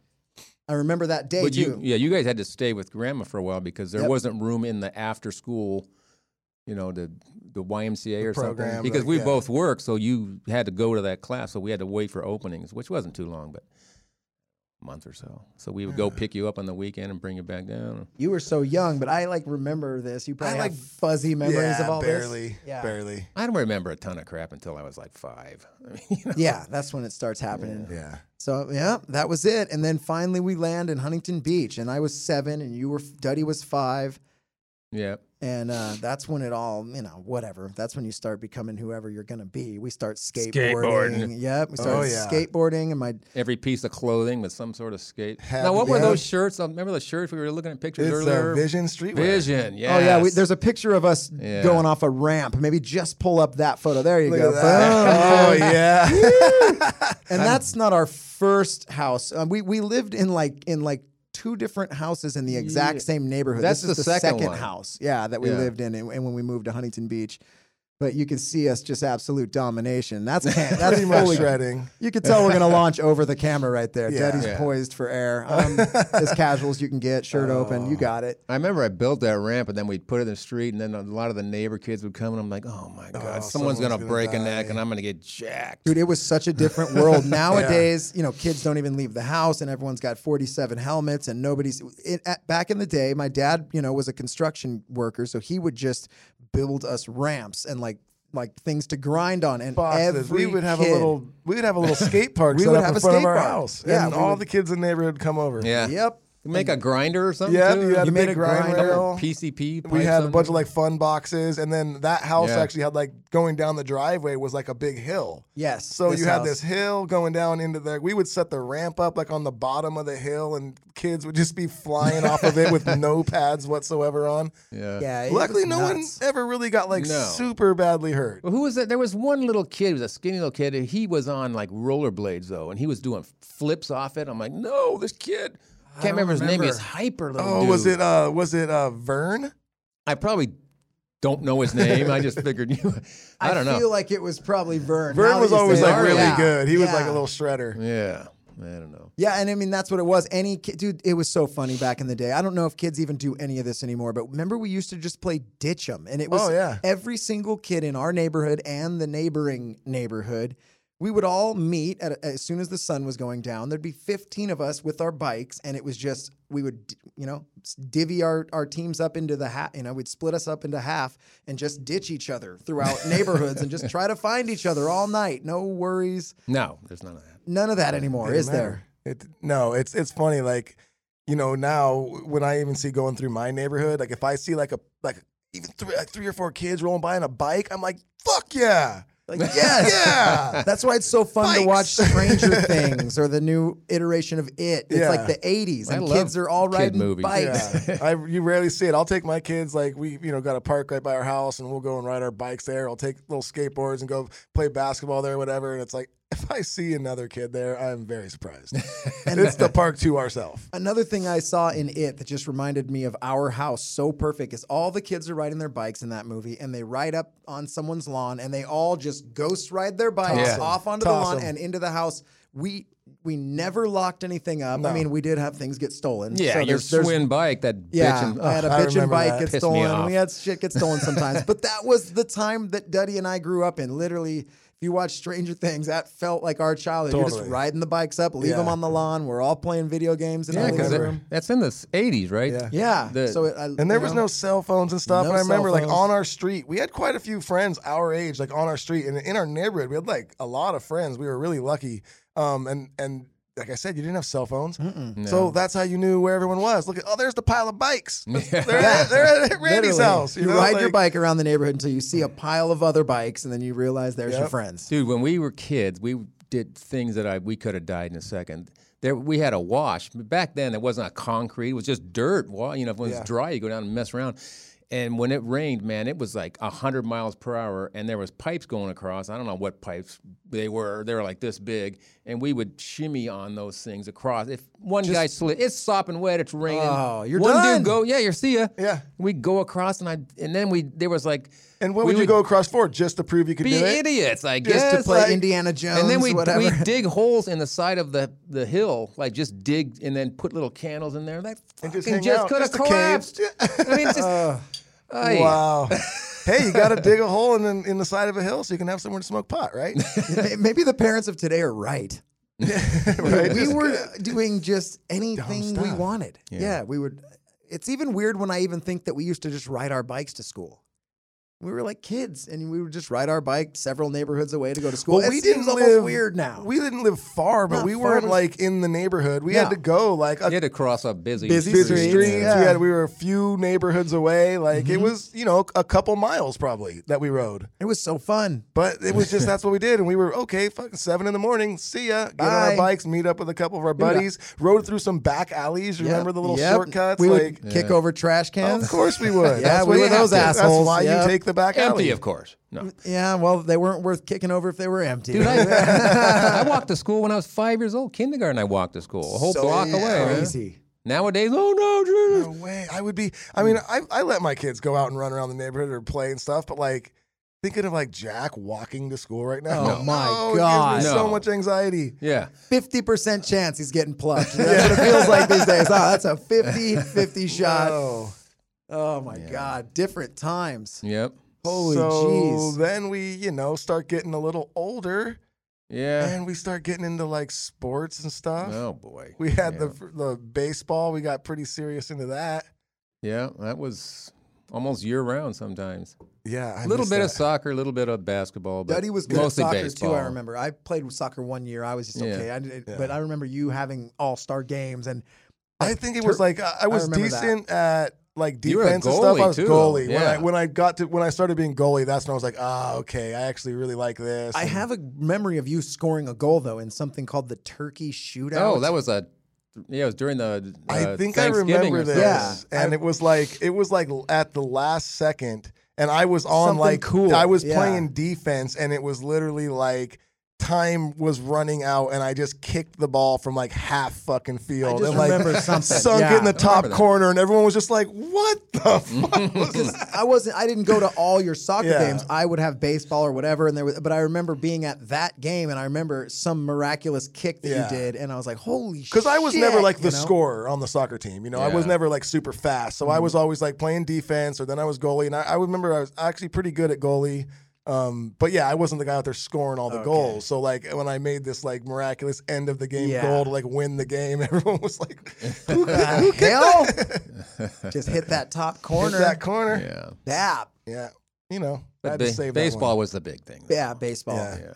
Speaker 3: I remember that day
Speaker 2: But
Speaker 3: too.
Speaker 2: you, yeah, you guys had to stay with grandma for a while because there
Speaker 3: Yep.
Speaker 2: wasn't room in the after school, you know, the the YMCA or
Speaker 1: program,
Speaker 2: something. Because
Speaker 1: like,
Speaker 2: we
Speaker 1: yeah.
Speaker 2: both worked, so you had to go to that class. So we had to wait for openings, which wasn't too long, but a month or so. So we would go pick you up on the weekend and bring you back down.
Speaker 3: You were so young, but I like remember this. You probably
Speaker 1: like-
Speaker 3: have fuzzy memories
Speaker 1: yeah,
Speaker 3: of all
Speaker 1: barely,
Speaker 3: this. Yeah,
Speaker 1: barely.
Speaker 2: I don't remember a ton of crap until I was like five. I mean, you know.
Speaker 3: Yeah, that's when it starts happening.
Speaker 1: Yeah.
Speaker 3: So yeah, that was it. And then finally we land in Huntington Beach, and I was seven, and you were Duddy was five,
Speaker 2: Yeah.
Speaker 3: and uh, that's when it all you know whatever. That's when you start becoming whoever you're gonna be. We start skateboarding.
Speaker 2: Skateboarding.
Speaker 3: Yep, we started
Speaker 1: Oh, yeah.
Speaker 3: skateboarding, and my oh,
Speaker 2: Every piece of clothing with some sort of skate.
Speaker 1: Have-
Speaker 2: now, what were
Speaker 1: yeah.
Speaker 2: those shirts? I remember the shirts we were looking at pictures
Speaker 1: It's
Speaker 2: earlier.
Speaker 1: a Vision Streetwear.
Speaker 2: Vision. Yeah.
Speaker 3: oh yeah, we, there's a picture of us
Speaker 2: Yeah.
Speaker 3: going off a ramp. Maybe just pull up that photo. There you
Speaker 1: Look
Speaker 3: go.
Speaker 1: at that.
Speaker 3: Boom.
Speaker 1: Oh yeah.
Speaker 3: and that's not our first house. Um, we we lived in like in like two different houses in the exact same neighborhood.
Speaker 2: That's
Speaker 3: this is
Speaker 2: the
Speaker 3: the
Speaker 2: second
Speaker 3: second,
Speaker 2: one.
Speaker 3: house, yeah, that we
Speaker 2: Yeah.
Speaker 3: lived in, and, and when we moved to Huntington Beach. But you can see us just absolute domination. That's can- that's
Speaker 1: Pretty much
Speaker 3: fully-
Speaker 1: shredding.
Speaker 3: You can tell we're gonna launch over the camera right there.
Speaker 1: Yeah.
Speaker 3: Daddy's
Speaker 2: Yeah.
Speaker 3: poised for air. I'm as casual as you can get, shirt open. You
Speaker 1: Oh.
Speaker 3: got it.
Speaker 2: I remember I built that ramp and then we'd put it in the street and then a lot of the neighbor kids would come and I'm like, oh my God, someone's,
Speaker 1: someone's
Speaker 2: going to
Speaker 1: gonna
Speaker 2: break a
Speaker 1: die.
Speaker 2: neck and I'm going to get jacked.
Speaker 3: Dude, it was such a different world. Nowadays, you know, kids don't even leave the house, and everyone's got forty-seven helmets, and nobody's. It, at, back in the day, my dad, you know, was a construction worker, so he would just build us ramps and like like things to grind on. And
Speaker 1: Boxes.
Speaker 3: every
Speaker 1: We would have
Speaker 3: kid-
Speaker 1: a little. We would have a little skate park.
Speaker 3: We
Speaker 1: set
Speaker 3: would
Speaker 1: up
Speaker 3: have
Speaker 1: in
Speaker 3: a
Speaker 1: front of
Speaker 3: skate
Speaker 1: our
Speaker 3: park.
Speaker 1: house.
Speaker 3: Yeah,
Speaker 1: and
Speaker 3: we
Speaker 1: all
Speaker 3: would-
Speaker 1: the kids in the neighborhood come over.
Speaker 2: yeah.
Speaker 3: Yep.
Speaker 2: You make a grinder or something?
Speaker 1: Yeah,
Speaker 2: too?
Speaker 1: you had a
Speaker 2: You
Speaker 1: big
Speaker 2: made
Speaker 1: grind
Speaker 2: Remember
Speaker 1: rail.
Speaker 2: PCP.
Speaker 1: We
Speaker 2: pipes
Speaker 1: had a
Speaker 2: on
Speaker 1: bunch
Speaker 2: there?
Speaker 1: of like fun boxes, and then that house
Speaker 2: Yeah.
Speaker 1: actually had like going down the driveway was like a big hill.
Speaker 3: Yes.
Speaker 1: So you had
Speaker 3: house.
Speaker 1: this hill going down into the. We would set the ramp up like on the bottom of the hill, and kids would just be flying off of it with no pads whatsoever on.
Speaker 2: Yeah.
Speaker 3: Yeah. it
Speaker 1: Luckily,
Speaker 3: was
Speaker 1: no one
Speaker 3: nuts.
Speaker 1: ever really got like
Speaker 2: No.
Speaker 1: super badly hurt.
Speaker 2: Well, who was that? There was one little kid, he was a skinny little kid. and He was on like rollerblades though, and he was doing flips off it. I'm like, no, this kid. I can't remember his name. He was hyper little.
Speaker 1: Oh, was
Speaker 2: dude.
Speaker 1: it? uh Was it uh Vern?
Speaker 2: I probably don't know his name. I just figured you. I don't
Speaker 3: feel
Speaker 2: know.
Speaker 3: like it was probably Vern. Now
Speaker 1: Vern
Speaker 3: that
Speaker 1: was
Speaker 3: you say
Speaker 1: always
Speaker 3: it,
Speaker 1: like
Speaker 2: Vern,
Speaker 1: really
Speaker 3: yeah.
Speaker 1: good. He was like a
Speaker 3: Yeah.
Speaker 1: little shredder.
Speaker 2: yeah, I don't know.
Speaker 3: Yeah, and I mean that's what it was. Any kid, dude, it was so funny back in the day. I don't know if kids even do any of this anymore, but remember we used to just play ditch 'em, and it was
Speaker 1: Oh, yeah.
Speaker 3: every single kid in our neighborhood and the neighboring neighborhood. We would all meet at, as soon as the sun was going down. There'd be fifteen of us with our bikes, and it was just we would, you know, s- divvy our, our teams up into the half. You know, we'd split us up into half and just ditch each other throughout neighborhoods and just try to find each other all night. No worries,
Speaker 2: No, there's none of that.
Speaker 3: none of that anymore, is
Speaker 1: Didn't
Speaker 3: there?
Speaker 1: matter. It, no, it's it's funny. Like you know, now when I even see going through my neighborhood, like if I see like a like even three like three or four kids rolling by on a bike, I'm like, fuck yeah.
Speaker 3: Like, yes.
Speaker 1: Yeah.
Speaker 3: That's why it's so fun to watch
Speaker 1: Bikes.
Speaker 3: Stranger Things or the new iteration of It. It's
Speaker 1: Yeah.
Speaker 3: like the 80s,
Speaker 2: I
Speaker 3: and
Speaker 2: love
Speaker 3: kids are all
Speaker 2: kid
Speaker 3: riding
Speaker 2: movies.
Speaker 3: bikes.
Speaker 1: Yeah. I you rarely see it. I'll take my kids like we you know got a park right by our house and we'll go and ride our bikes there. I'll take little skateboards and go play basketball there, whatever. And it's like if I see another kid there, I'm very surprised. and it's the park to ourselves.
Speaker 3: Another thing I saw in it that just reminded me of our house so perfect is all the kids are riding their bikes in that movie and they ride up on someone's lawn and they all just ghost ride their bikes
Speaker 2: Toss 'em.
Speaker 3: off onto
Speaker 1: Toss
Speaker 3: the lawn
Speaker 1: 'em.
Speaker 3: and into the house. We we never locked anything up.
Speaker 1: No.
Speaker 3: I mean, we did have things get stolen.
Speaker 2: Yeah,
Speaker 3: so
Speaker 2: your
Speaker 3: there's- there's-
Speaker 2: swin bike, that
Speaker 3: Yeah, Uh-huh.
Speaker 2: bitch.
Speaker 3: I had a
Speaker 1: I
Speaker 3: bitch and
Speaker 1: remember
Speaker 3: bike
Speaker 1: that.
Speaker 3: get
Speaker 2: Pissed me
Speaker 3: stolen.
Speaker 2: off.
Speaker 3: We had shit get stolen sometimes, but that was the time that Duddy and I grew up in. Literally, if you watch Stranger Things, that felt like our childhood. You're just
Speaker 1: Totally.
Speaker 3: riding the bikes up, leave
Speaker 1: Yeah.
Speaker 3: them on the lawn. We're all playing video games in
Speaker 2: yeah,
Speaker 3: our
Speaker 2: because
Speaker 3: living room.
Speaker 2: that's in the s- 80s, right?
Speaker 1: Yeah.
Speaker 3: Yeah.
Speaker 2: The-
Speaker 3: so it, I,
Speaker 1: And there was no cell phones and stuff.
Speaker 3: No
Speaker 1: and I
Speaker 3: cell
Speaker 1: remember like
Speaker 3: phones.
Speaker 1: on our street, we had quite a few friends our age, like on our street and in our neighborhood. We had like a lot of friends. We were really lucky. Um and and like I said, you didn't have cell phones. So that's how you knew where everyone was. Look at oh, there's the pile of bikes.
Speaker 2: Yeah.
Speaker 1: They're, at, they're at Randy's
Speaker 3: Literally,
Speaker 1: house.
Speaker 3: You,
Speaker 1: know,
Speaker 3: ride your
Speaker 1: like-
Speaker 3: bike around the neighborhood until you see a pile of other bikes, and then you realize there's your
Speaker 1: Yep.
Speaker 3: friends.
Speaker 2: Dude, when we were kids, we did things that I we could have died in a second. There, we had a wash. Back then, it wasn't a concrete; it was just dirt. Wa- You know, when
Speaker 1: Yeah.
Speaker 2: it's dry, you go down and mess around. And when it rained, man, it was like hundred miles per hour, and there was pipes going across. I don't know what pipes they were. They were like this big, and we would shimmy on those things across. If one guy slid, it's sopping wet, it's raining.
Speaker 3: Oh, you're
Speaker 2: one
Speaker 3: done.
Speaker 2: dude go, yeah, you're see ya.
Speaker 1: Yeah.
Speaker 2: we go across, and I, and then we there was like,
Speaker 1: And what
Speaker 2: we
Speaker 1: would you go across for? Just to prove you could
Speaker 2: be
Speaker 1: do it?
Speaker 2: idiots? I
Speaker 1: Just
Speaker 2: guess
Speaker 1: to
Speaker 3: Play
Speaker 1: like-
Speaker 3: Indiana Jones,
Speaker 2: and then we
Speaker 3: whatever.
Speaker 2: we dig holes in the side of the, the hill, like just dig and then put little candles in there. That
Speaker 1: And
Speaker 2: fucking
Speaker 1: just
Speaker 2: just,
Speaker 1: hang out.
Speaker 2: could have
Speaker 1: Just a cave.
Speaker 2: collapsed. Uh, I mean, just Ay.
Speaker 1: Wow. hey, you got to dig a hole in, the- in the side of a hill so you can have somewhere to smoke pot, right?
Speaker 3: Maybe the parents of today are right.
Speaker 1: right?
Speaker 3: we
Speaker 1: Just-
Speaker 3: were doing just anything we
Speaker 1: stuff.
Speaker 3: wanted. Yeah. we would. It's even weird when I even think that we used to just ride our bikes to school. We were like kids, and we would just ride our bike several neighborhoods away to go to school.
Speaker 1: Well,
Speaker 3: It
Speaker 1: we
Speaker 3: seems
Speaker 1: didn't
Speaker 3: almost
Speaker 1: live-
Speaker 3: weird now.
Speaker 1: We didn't live far, but
Speaker 3: Not
Speaker 1: we
Speaker 3: far,
Speaker 1: weren't
Speaker 3: but-
Speaker 1: like in the neighborhood. We
Speaker 3: No.
Speaker 1: had to go like a
Speaker 2: you had to cross up busy,
Speaker 3: Busy
Speaker 1: busy
Speaker 3: streets,
Speaker 1: streets.
Speaker 3: yeah. Mm-hmm.
Speaker 1: We had we were a few neighborhoods away. Like it was, you know, a couple miles probably that we rode.
Speaker 3: it was so fun.
Speaker 1: But it was just that's what we did, and we were okay. Fucking seven in the morning. See ya. Get on
Speaker 3: Bye.
Speaker 1: our bikes, meet up with a couple of our buddies. Rode through some back alleys.
Speaker 3: Yep.
Speaker 1: Remember the little
Speaker 3: Yep.
Speaker 1: shortcuts?
Speaker 3: We
Speaker 1: like,
Speaker 3: would kick over trash cans.
Speaker 1: of course we would.
Speaker 3: Yeah,
Speaker 1: That's
Speaker 3: we
Speaker 1: what
Speaker 3: were
Speaker 1: you have
Speaker 3: those
Speaker 1: to. That's
Speaker 3: assholes.
Speaker 1: why
Speaker 3: Yep.
Speaker 1: you take the back
Speaker 2: empty,
Speaker 1: alley.
Speaker 2: of course. No,
Speaker 3: Yeah, well, they weren't worth kicking over if they were empty.
Speaker 2: dude, I, I walked to school when I was five years old. Kindergarten, I walked to school, a whole
Speaker 3: So
Speaker 2: block away. man.
Speaker 3: Crazy.
Speaker 2: Nowadays, oh no, Jesus.
Speaker 1: No way. I would be. I mean, I, I let my kids go out and run around the neighborhood or play and stuff, but like thinking of like Jack walking to school right now.
Speaker 3: Oh, my
Speaker 1: no,
Speaker 3: God.
Speaker 1: It gives me
Speaker 2: No.
Speaker 1: so much anxiety.
Speaker 2: yeah.
Speaker 3: 50% chance he's getting plucked. That's what it feels like these days. Oh, that's a 50 50 shot.
Speaker 1: Whoa.
Speaker 3: Oh, my God. Different times.
Speaker 2: Yep.
Speaker 3: Holy
Speaker 1: so
Speaker 3: jeez.
Speaker 1: then we, you know, start getting a little older,
Speaker 2: Yeah.
Speaker 1: and we start getting into like sports and stuff.
Speaker 2: Oh boy.
Speaker 1: We had
Speaker 2: yeah.
Speaker 1: the the baseball. We got pretty serious into that.
Speaker 2: yeah. That was almost year round sometimes.
Speaker 1: Yeah, I
Speaker 2: A little
Speaker 1: miss
Speaker 2: bit of
Speaker 1: that.
Speaker 2: soccer, a little bit of basketball, but
Speaker 3: Duddy was good at
Speaker 2: mostly
Speaker 3: soccer
Speaker 2: baseball.
Speaker 3: too. I remember. I played soccer one year. I was just
Speaker 2: Yeah.
Speaker 3: okay. I did, But I remember you having all star games and
Speaker 1: I think it was like I I was
Speaker 3: remember that.
Speaker 1: decent at like
Speaker 2: You were a
Speaker 1: defense and stuff.
Speaker 2: goalie,
Speaker 1: I was
Speaker 2: too.
Speaker 1: goalie when
Speaker 2: Yeah.
Speaker 1: I when I got to when I started being goalie. That's when I was like, ah, okay, I actually really like this.
Speaker 3: I
Speaker 1: And
Speaker 3: have a memory of you scoring a goal though in something called the Turkey Shootout.
Speaker 2: Oh, that was a yeah. It was during the. Uh,
Speaker 1: I think I
Speaker 2: Thanksgiving
Speaker 1: remember
Speaker 2: or
Speaker 1: this,
Speaker 2: something.
Speaker 3: Yeah.
Speaker 1: and it was like it was like at the last second, and I was on
Speaker 3: Something
Speaker 1: like
Speaker 3: cool.
Speaker 1: I was
Speaker 3: Yeah.
Speaker 1: playing defense, and it was literally like. Time was running out, and I just kicked the ball from like half fucking
Speaker 3: I
Speaker 1: field,
Speaker 3: just
Speaker 1: and like
Speaker 3: remember something.
Speaker 1: sunk
Speaker 3: yeah.
Speaker 1: it in the top
Speaker 2: that.
Speaker 1: corner, and everyone was just like, "What the fuck was
Speaker 3: because
Speaker 1: this?"
Speaker 3: I wasn't I didn't go to all your soccer
Speaker 1: Yeah.
Speaker 3: games. I would have baseball or whatever and there was but I remember being at that game and I remember some miraculous kick that
Speaker 1: Yeah.
Speaker 3: you did and I was like, "Holy shit."
Speaker 1: Because I was never like the
Speaker 3: you know?
Speaker 1: scorer on the soccer team. You know, I was
Speaker 2: Yeah.
Speaker 1: never like super fast. So
Speaker 3: Mm-hmm.
Speaker 1: I was always like playing defense, or then I was goalie. And I, I remember I was actually pretty good at goalie. Um, but yeah, I wasn't the guy out there scoring all the goals. So like when I made this like miraculous end of the game
Speaker 3: Yeah.
Speaker 1: goal to like win the game, everyone was like, "Who
Speaker 3: The hell? Just hit that top
Speaker 1: hit
Speaker 3: corner.
Speaker 1: that corner?" Yeah,
Speaker 2: Yeah.
Speaker 3: Bap.
Speaker 1: you know, I
Speaker 2: But
Speaker 1: had to
Speaker 2: ba-
Speaker 1: save that one.
Speaker 2: baseball was the big thing. though.
Speaker 3: Yeah, baseball.
Speaker 1: Yeah.
Speaker 2: Yeah.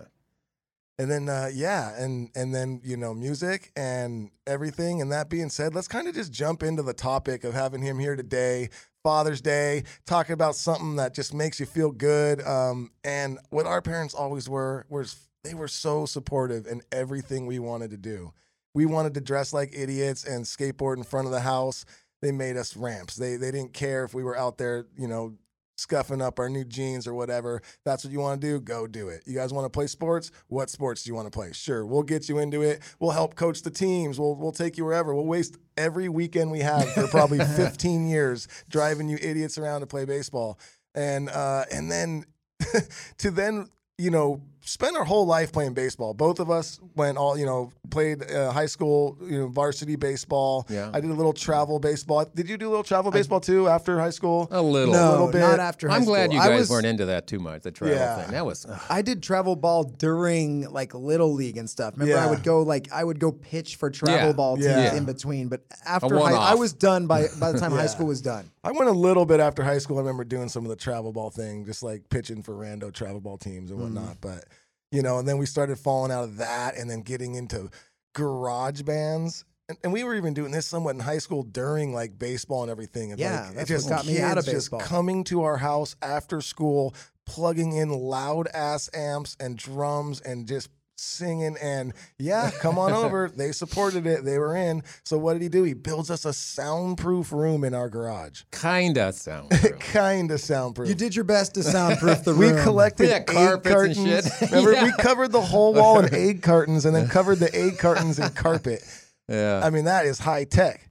Speaker 1: And then uh, yeah, and and then you know music and everything. And that being said, let's kind of just jump into the topic of having him here today. Father's Day, talking about something that just makes you feel good. Um, and what our parents always were was they were so supportive in everything we wanted to do. We wanted to dress like idiots and skateboard in front of the house. They made us ramps. They they didn't care if we were out there, you know, scuffing up our new jeans or whatever. That's what you want to do, go do it. You guys want to play sports? What sports do you want to play? Sure, we'll get you into it. We'll help coach the teams. We'll we'll take you wherever. We'll waste every weekend we have for probably 15 years driving you idiots around to play baseball. And uh and then to then you know spend our whole life playing baseball. Both of us went all you know played uh, high school you know varsity baseball.
Speaker 2: Yeah.
Speaker 1: I did a little travel baseball. Did you do a little travel baseball too after high school?
Speaker 2: A little.
Speaker 1: No,
Speaker 3: No,
Speaker 1: little bit.
Speaker 3: not after. high
Speaker 2: I'm glad
Speaker 3: school.
Speaker 2: you
Speaker 3: I
Speaker 2: guys
Speaker 3: was-
Speaker 2: weren't into that too much. The travel
Speaker 1: Yeah.
Speaker 2: thing that was. ugh.
Speaker 3: I did travel ball during like little league and stuff. Remember, I
Speaker 1: Yeah.
Speaker 3: would go like I would go pitch for travel
Speaker 2: Yeah.
Speaker 3: ball teams
Speaker 1: Yeah.
Speaker 3: in between. But after high,
Speaker 2: one-off.
Speaker 3: I was done by by the time high
Speaker 1: Yeah.
Speaker 3: school was done.
Speaker 1: I went a little bit after high school. I remember doing some of the travel ball thing, just like pitching for rando travel ball teams and
Speaker 3: Mm-hmm.
Speaker 1: whatnot. But you know, and then we started falling out of that, and then getting into garage bands. And, and we were even doing this somewhat in high school during like baseball and everything. And
Speaker 3: Yeah,
Speaker 1: like, it
Speaker 3: that's
Speaker 1: just
Speaker 3: what got me out of
Speaker 1: kids
Speaker 3: baseball.
Speaker 1: Just coming to our house after school, plugging in loud ass amps and drums, and just singing and yeah come on over they supported it they were in so what did he do he builds us a soundproof room in our garage
Speaker 2: Kinda sound. true.
Speaker 1: kind of soundproof. Eh,
Speaker 3: You did your best to soundproof the
Speaker 1: We
Speaker 3: room.
Speaker 1: collected
Speaker 2: Yeah,
Speaker 1: egg
Speaker 2: carpets and
Speaker 1: cartons.
Speaker 2: shit.
Speaker 1: Remember, we
Speaker 2: Yeah.
Speaker 1: covered the whole wall in egg cartons, and then covered the egg cartons in carpet.
Speaker 2: yeah.
Speaker 1: I mean, that is high tech.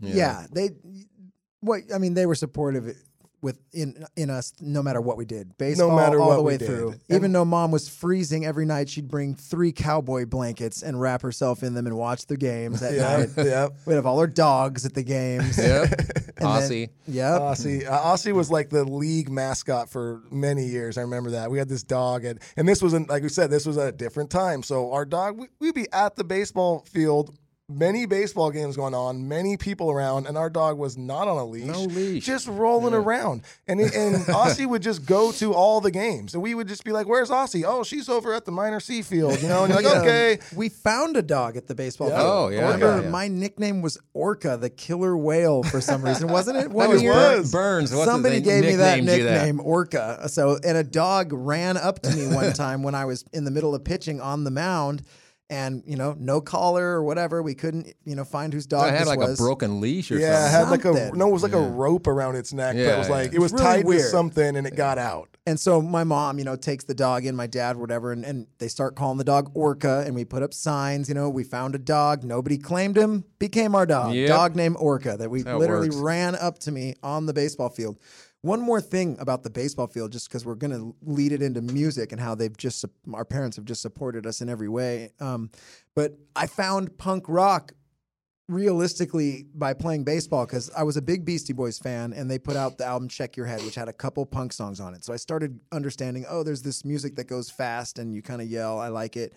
Speaker 3: Yeah. they. What I mean, they were supportive with in in us no matter what we did. Baseball
Speaker 1: matter
Speaker 3: all
Speaker 1: what
Speaker 3: the
Speaker 1: we
Speaker 3: way
Speaker 1: did.
Speaker 3: through.
Speaker 1: And-
Speaker 3: Even though mom was freezing every night, she'd bring three cowboy blankets and wrap herself in them and watch the games at
Speaker 1: Yeah,
Speaker 3: night.
Speaker 1: yeah.
Speaker 3: We'd have all our dogs at the games.
Speaker 2: Yep.
Speaker 3: And then-
Speaker 2: Aussie.
Speaker 3: Yep.
Speaker 1: Aussie, uh, Aussie was like the league mascot for many years. I remember that we had this dog, and and this was in, like we said, this was at a different time. So our dog, we, we'd be at the baseball field. Many baseball games going on, many people around, and our dog was not on a leash.
Speaker 2: No leash.
Speaker 1: Just rolling around. And it- and Aussie would just go to all the games. And we would just be like, Where's Aussie? Oh, she's over at the minor C field, you know? And you're like,
Speaker 3: Yeah.
Speaker 1: okay.
Speaker 3: We found a dog at the baseball
Speaker 1: Yeah.
Speaker 3: field.
Speaker 2: Oh, yeah,
Speaker 3: I remember
Speaker 2: yeah, yeah.
Speaker 3: my nickname was Orca, the killer whale, for some reason, wasn't it? One
Speaker 1: That was
Speaker 3: year?
Speaker 1: Burns.
Speaker 2: Burns. What's
Speaker 3: Somebody
Speaker 2: his
Speaker 3: gave
Speaker 2: name?
Speaker 3: me that
Speaker 2: Nicknamed you that.
Speaker 3: nickname, Orca. So, and a dog ran up to me one time when I was in the middle of pitching on the mound, and you know, no collar or whatever. We couldn't, you know, find whose dog
Speaker 2: I had
Speaker 3: this
Speaker 2: like
Speaker 3: was.
Speaker 2: a broken leash or
Speaker 1: Yeah, it
Speaker 2: something.
Speaker 1: had like a
Speaker 3: Something.
Speaker 1: no, it was like a rope around its neck. but
Speaker 2: Yeah,
Speaker 1: it was
Speaker 2: yeah.
Speaker 1: like it was
Speaker 3: It's really
Speaker 1: tied to
Speaker 3: weird.
Speaker 1: something and it got out.
Speaker 3: And so my mom, you know, takes the dog in, my dad, whatever, and, and they start calling the dog Orca. And we put up signs, you know, we found a dog. Nobody claimed him, became our dog.
Speaker 2: Yep.
Speaker 3: Dog named Orca that we
Speaker 2: That
Speaker 3: literally
Speaker 2: works.
Speaker 3: ran up to me on the baseball field. One more thing about the baseball field, just because we're going to lead it into music and how they've just, our parents have just supported us in every way. Um, but I found punk rock realistically by playing baseball because I was a big Beastie Boys fan and they put out the album Check Your Head, which had a couple punk songs on it. So I started understanding, oh, there's this music that goes fast and you kind of yell, I like it.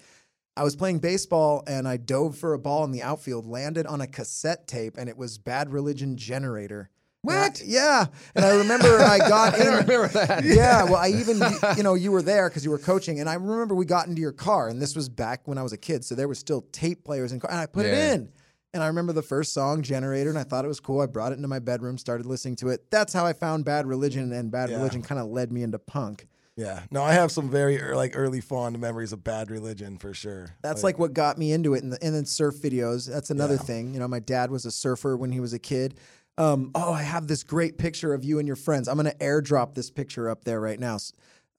Speaker 3: I was playing baseball and I dove for a ball in the outfield, landed on a cassette tape, and it was Bad Religion Generator. And I-
Speaker 2: What?
Speaker 3: yeah. And I remember I got
Speaker 2: I don't
Speaker 3: in
Speaker 2: remember that.
Speaker 3: yeah, well, I even you know you were there because you were coaching, and I remember we got into your car, and this was back when I was a kid, so there was still tape players in car, and I put
Speaker 2: Yeah.
Speaker 3: it in, and I remember the first song, Generator, and I thought it was cool. I brought it into my bedroom, started listening to it. That's how I found Bad Religion, and Bad
Speaker 1: Yeah.
Speaker 3: Religion kind of led me into punk.
Speaker 1: Yeah. No, I have some very ear- like early fond memories of bad religion for sure.
Speaker 3: That's like what got me into it, and, the, and then surf videos. That's another thing. You know, my dad was a surfer when he was a kid. Um, oh, I have this great picture of you and your friends. I'm gonna airdrop this picture up there right now. S-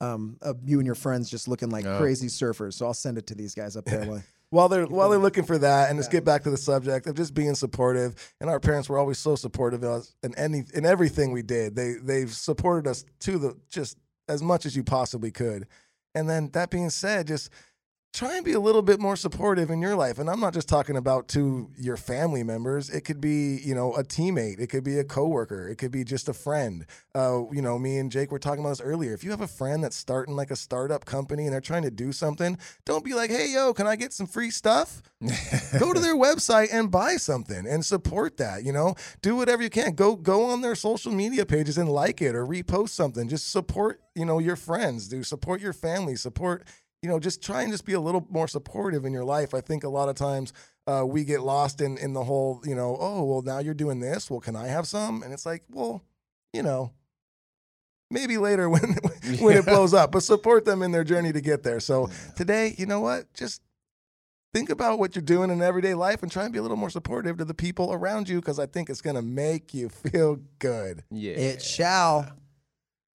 Speaker 3: Um, of you and your friends just looking like crazy surfers. So I'll send it to these guys up there. while-
Speaker 1: while they're while they're looking for that, and let's get back to the subject of just being supportive. And our parents were always so supportive of us in any in everything we did. They they've supported us to the just as much as you possibly could. And then that being said, just try and be a little bit more supportive in your life. And I'm not just talking about to your family members. It could be, you know, a teammate. It could be a coworker. It could be just a friend. Uh, you know, me and Jake were talking about this earlier. If you have a friend that's starting like a startup company and they're trying to do something, don't be like, hey, yo, can I get some free stuff? go to their website and buy something and support that you know do whatever you can go go on their social media pages and like it or repost something just support you know your friends do support your family support you know just try and just be a little more supportive in your life i think a lot of times uh, we get lost in in the whole you know oh well now you're doing this well can i have some and it's like well you know, maybe later when when it blows up, but support them in their journey to get there. So today, you know what? Just think about what you're doing in everyday life and try and be a little more supportive to the people around you because I think it's gonna make you feel good.
Speaker 2: Yeah.
Speaker 3: It shall.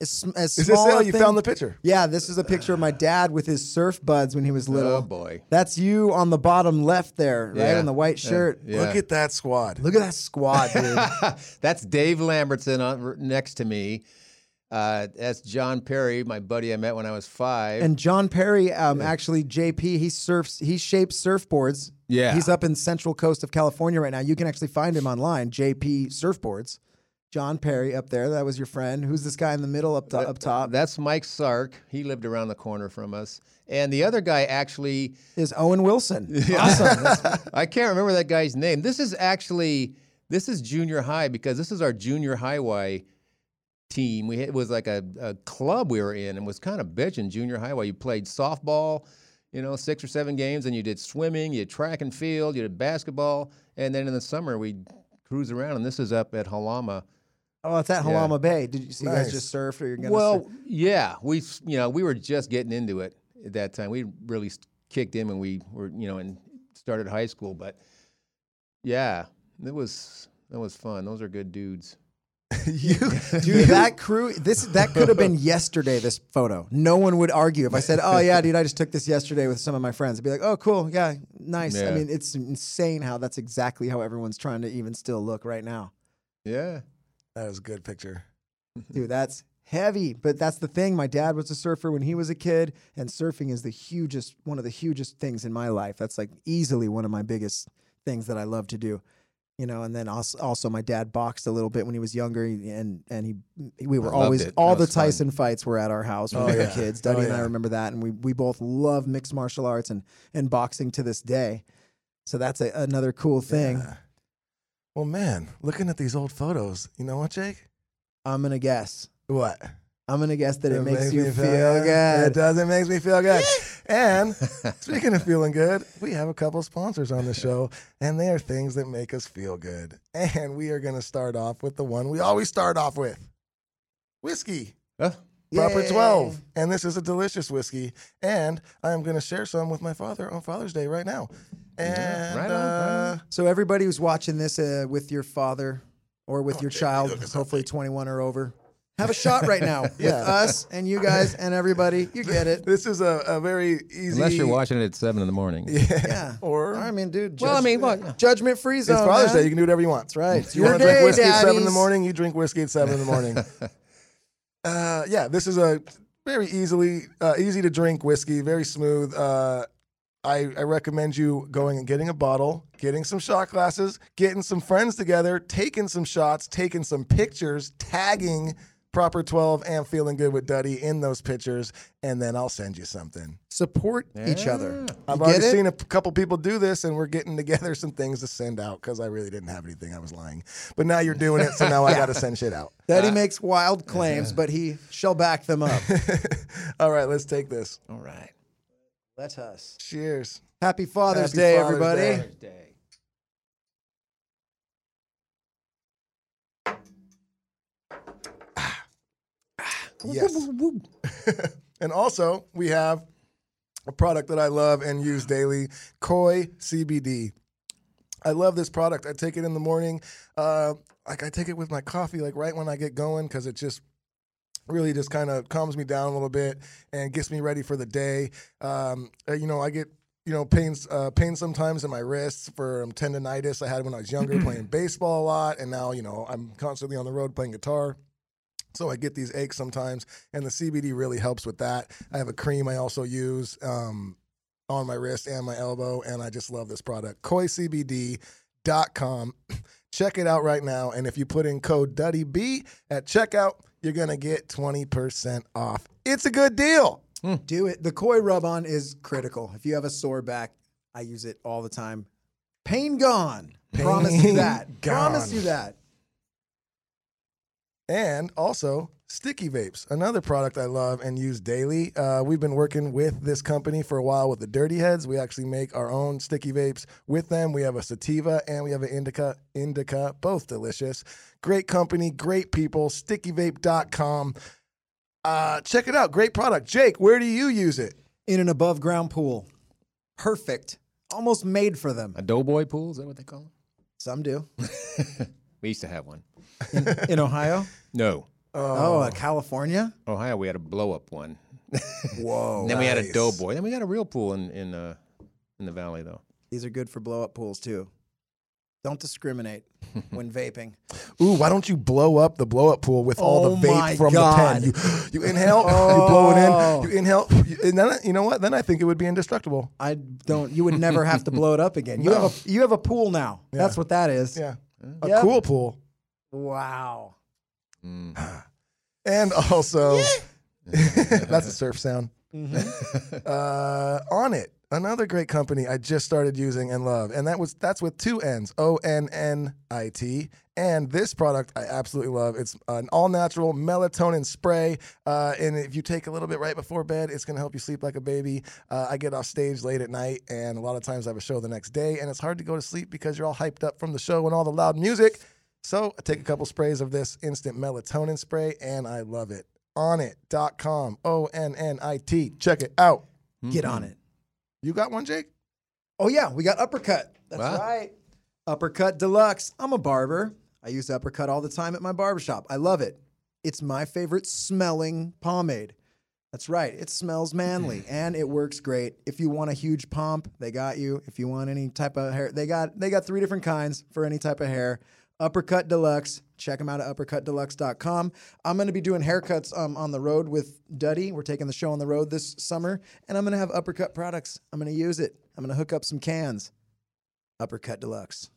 Speaker 3: It's as
Speaker 1: Is this
Speaker 3: small
Speaker 1: how
Speaker 3: a
Speaker 1: you
Speaker 3: thing-
Speaker 1: found the picture?
Speaker 3: Yeah, this is a picture of my dad with his surf buds when he was little.
Speaker 2: Oh boy.
Speaker 3: That's you on the bottom left there, right?
Speaker 2: Yeah.
Speaker 3: In the white
Speaker 2: Yeah.
Speaker 3: shirt.
Speaker 2: Yeah.
Speaker 1: Look at that squad.
Speaker 3: Look at that squad, dude.
Speaker 2: that's Dave Lambertson on, r- next to me. Uh, that's John Perry, my buddy I met when I was five.
Speaker 3: and John Perry, um, actually, JP, he surfs, he shapes surfboards.
Speaker 2: Yeah.
Speaker 3: He's up in Central Coast of California right now. You can actually find him online, JP Surfboards. John Perry up there. That was your friend. Who's this guy in the middle up, to, up top?
Speaker 2: that's Mike Sark. He lived around the corner from us. And the other guy actually,
Speaker 3: Is Owen Wilson. Awesome. That's-
Speaker 2: I can't remember that guy's name. This is actually this is junior high because this is our junior highway team. We had- it was like a, a club we were in and was kind of bitching junior highway. You played softball, you know, six or seven games, and you did swimming, you did track and field, you did basketball, and then in the summer we cruise around. And this is up at Halama.
Speaker 3: oh, it's at
Speaker 2: Yeah.
Speaker 3: Halama Bay. Did you, so you
Speaker 1: Nice.
Speaker 3: guys just surf or you're going to
Speaker 2: Well, yeah, we s- you know we were just getting into it at that time. We really s- kicked in when we were you know and started high school, but yeah, it was that was fun. Those are good dudes.
Speaker 1: you
Speaker 3: Dude, that crew. This that could have been yesterday. This photo. No one would argue if I said, "Oh yeah, dude, I just took this yesterday with some of my friends." I'd be like, "Oh, cool, yeah, nice." I
Speaker 2: Yeah.
Speaker 3: mean, it's insane how that's exactly how everyone's trying to even still look right now.
Speaker 2: Yeah,
Speaker 1: that is a good picture.
Speaker 3: Dude, that's heavy. But that's the thing. My dad was a surfer when he was a kid, and surfing is the hugest one of the hugest things in my life. That's like easily one of my biggest things that I love to do. You know, and then also, also my dad boxed a little bit when he was younger, and and he we were
Speaker 2: loved
Speaker 3: always
Speaker 2: it.
Speaker 3: all
Speaker 2: That
Speaker 3: the
Speaker 2: was fun.
Speaker 3: Tyson fights were at our house when
Speaker 1: Oh,
Speaker 3: we were
Speaker 1: yeah.
Speaker 3: kids. Duddy
Speaker 1: Oh,
Speaker 3: and I
Speaker 1: yeah.
Speaker 3: remember that, and we we both love mixed martial arts and and boxing to this day. So that's a, another cool thing.
Speaker 1: Yeah. Well, man, looking at these old photos, you know what, Jake?
Speaker 3: I'm gonna guess.
Speaker 1: What?
Speaker 3: I'm gonna guess that it, makes,
Speaker 1: me
Speaker 3: you feel,
Speaker 1: It
Speaker 3: good.
Speaker 1: does. It makes me feel good. and speaking of feeling good, we have a couple sponsors on the show, and they are things that make us feel good. And we are going to start off with the one we always start off with whiskey.
Speaker 2: Huh?
Speaker 1: Proper
Speaker 3: Yay.
Speaker 1: 12. And this is a delicious whiskey. And I am going to share some with my father on Father's Day right now. And
Speaker 2: right on, right
Speaker 1: uh,
Speaker 3: So everybody who's watching this uh, with your father or
Speaker 1: Oh,
Speaker 3: with your child, hopefully 21 or over, have a shot right now with us and you guys and everybody. You get it.
Speaker 1: this is a, a very easy.
Speaker 2: unless you're watching it at seven in the morning.
Speaker 3: Yeah.
Speaker 1: Or-
Speaker 3: I mean, dude.
Speaker 2: Well, I mean, what-
Speaker 3: judgment free zone.
Speaker 1: It's Father's
Speaker 3: man.
Speaker 1: Day. You can do whatever you want. That's
Speaker 3: right.
Speaker 1: You
Speaker 3: Your
Speaker 1: want to drink
Speaker 3: day,
Speaker 1: whiskey at seven in the
Speaker 3: daddies.
Speaker 1: morning. You drink whiskey at seven in the morning. uh, yeah, this is a very easily uh, easy to drink whiskey. Very smooth. Uh, I, I recommend you going and getting a bottle, getting some shot glasses, getting some friends together, taking some shots, taking some pictures, tagging proper 12 and feeling good with Duddy in those pictures, and then I'll send you something.
Speaker 3: Support each other.
Speaker 1: I've
Speaker 3: You
Speaker 1: already
Speaker 3: get it?
Speaker 1: seen a p- couple people do this, and we're getting together some things to send out because I really didn't have anything. I was lying, but now you're doing it, so now I got to send shit out.
Speaker 3: That he makes wild
Speaker 1: Uh-huh.
Speaker 3: claims, but he shall back them up.
Speaker 1: All right, let's take this.
Speaker 2: All right.
Speaker 3: Let us.
Speaker 1: Cheers.
Speaker 3: Happy Father's
Speaker 1: Happy
Speaker 3: Day,
Speaker 1: Father's
Speaker 3: everybody.
Speaker 1: Day.
Speaker 3: Ah,
Speaker 1: Yes. and also, we have a product that I love and use daily Koi CBD. I love this product. I take it in the morning. Uh, like, I take it with my coffee, like, right when I get going, because it just really just kind of calms me down a little bit and gets me ready for the day. Um, uh, you know, I get. You know, pains, uh, pain sometimes in my wrists for um, tendonitis I had when I was younger, playing baseball a lot, and now you know I'm constantly on the road playing guitar. So I get these aches sometimes, and the CBD really helps with that. I have a cream I also use um, on my wrist and my elbow, and I just love this product. KoiCBD.com. Check it out right now, and if you put in code DuddyB at checkout, you're gonna get 20% off. It's a good deal.
Speaker 3: Do it. The koi rub on is critical. If you have a sore back, I use it all the time. Pain gone. Promise you
Speaker 1: Pain
Speaker 3: that.
Speaker 1: gone.
Speaker 3: Promise you that.
Speaker 1: And also, Sticky Vapes, another product I love and use daily. Uh, we've been working with this company for a while with the Dirty Heads. We actually make our own sticky vapes with them. We have a sativa and we have an indica, indica, both delicious. Great company, great people, stickyvape.com. Uh, check it out. Great product. Jake, where do you use it?
Speaker 3: in an above ground pool. Perfect. Almost made for them.
Speaker 2: A doughboy pool, is that what they call
Speaker 3: Some do.
Speaker 2: it? we used to have one.
Speaker 3: In Ohio?
Speaker 2: No.
Speaker 3: Oh, uh, California?
Speaker 2: Ohio, we had a blow up one.
Speaker 1: Whoa.
Speaker 2: And then we had a
Speaker 1: nice.
Speaker 2: doughboy. Then we got a real pool in, in, uh, in the valley, though.
Speaker 3: These are good for blow up pools too. Don't discriminate when vaping.
Speaker 1: Ooh, why don't you blow up the blow up pool with all
Speaker 3: Oh
Speaker 1: the
Speaker 3: my
Speaker 1: vape from
Speaker 3: God. Oh.
Speaker 1: the pen? You, you inhale, you blow it in, you inhale, you- and then I- you know what? Then I think it would be indestructible.
Speaker 3: I don't you would never have to blow it up again. You have a you have a pool now. That's what that is.
Speaker 1: Yeah, a
Speaker 3: Yeah.
Speaker 1: cool pool,
Speaker 3: Wow.
Speaker 1: and also that's a surf sound. uh, on it, another great company I just started using and love, and that was that's with two N's, O N N I T. And this product I absolutely love. It's an all natural melatonin spray, uh, and if you take a little bit right before bed, it's gonna help you sleep like a baby. Uh, I get off stage late at night, and a lot of times I have a show the next day, and it's hard to go to sleep because you're all hyped up from the show and all the loud music. So I take a couple sprays of this instant melatonin spray, and I love it. Onnit.com, O N N I T. Check it out.
Speaker 3: Get on it.
Speaker 1: You got one, Jake?
Speaker 3: Oh yeah, we got uppercut. That's
Speaker 2: Wow.
Speaker 3: right. Uppercut deluxe. I'm a barber. I use uppercut all the time at my barbershop. I love it. It's my favorite smelling pomade. That's right. It smells manly and it works great. If you want a huge pomp, they got you. If you want any type of hair, they got they got three different kinds for any type of hair. Uppercut Deluxe. Check them out at uppercutdeluxe.com. I'm going to be doing haircuts um, on the road with Duddy. We're taking the show on the road this summer, and I'm going to have uppercut products. I'm going to use it. I'm going to hook up some cans. Uppercut Deluxe.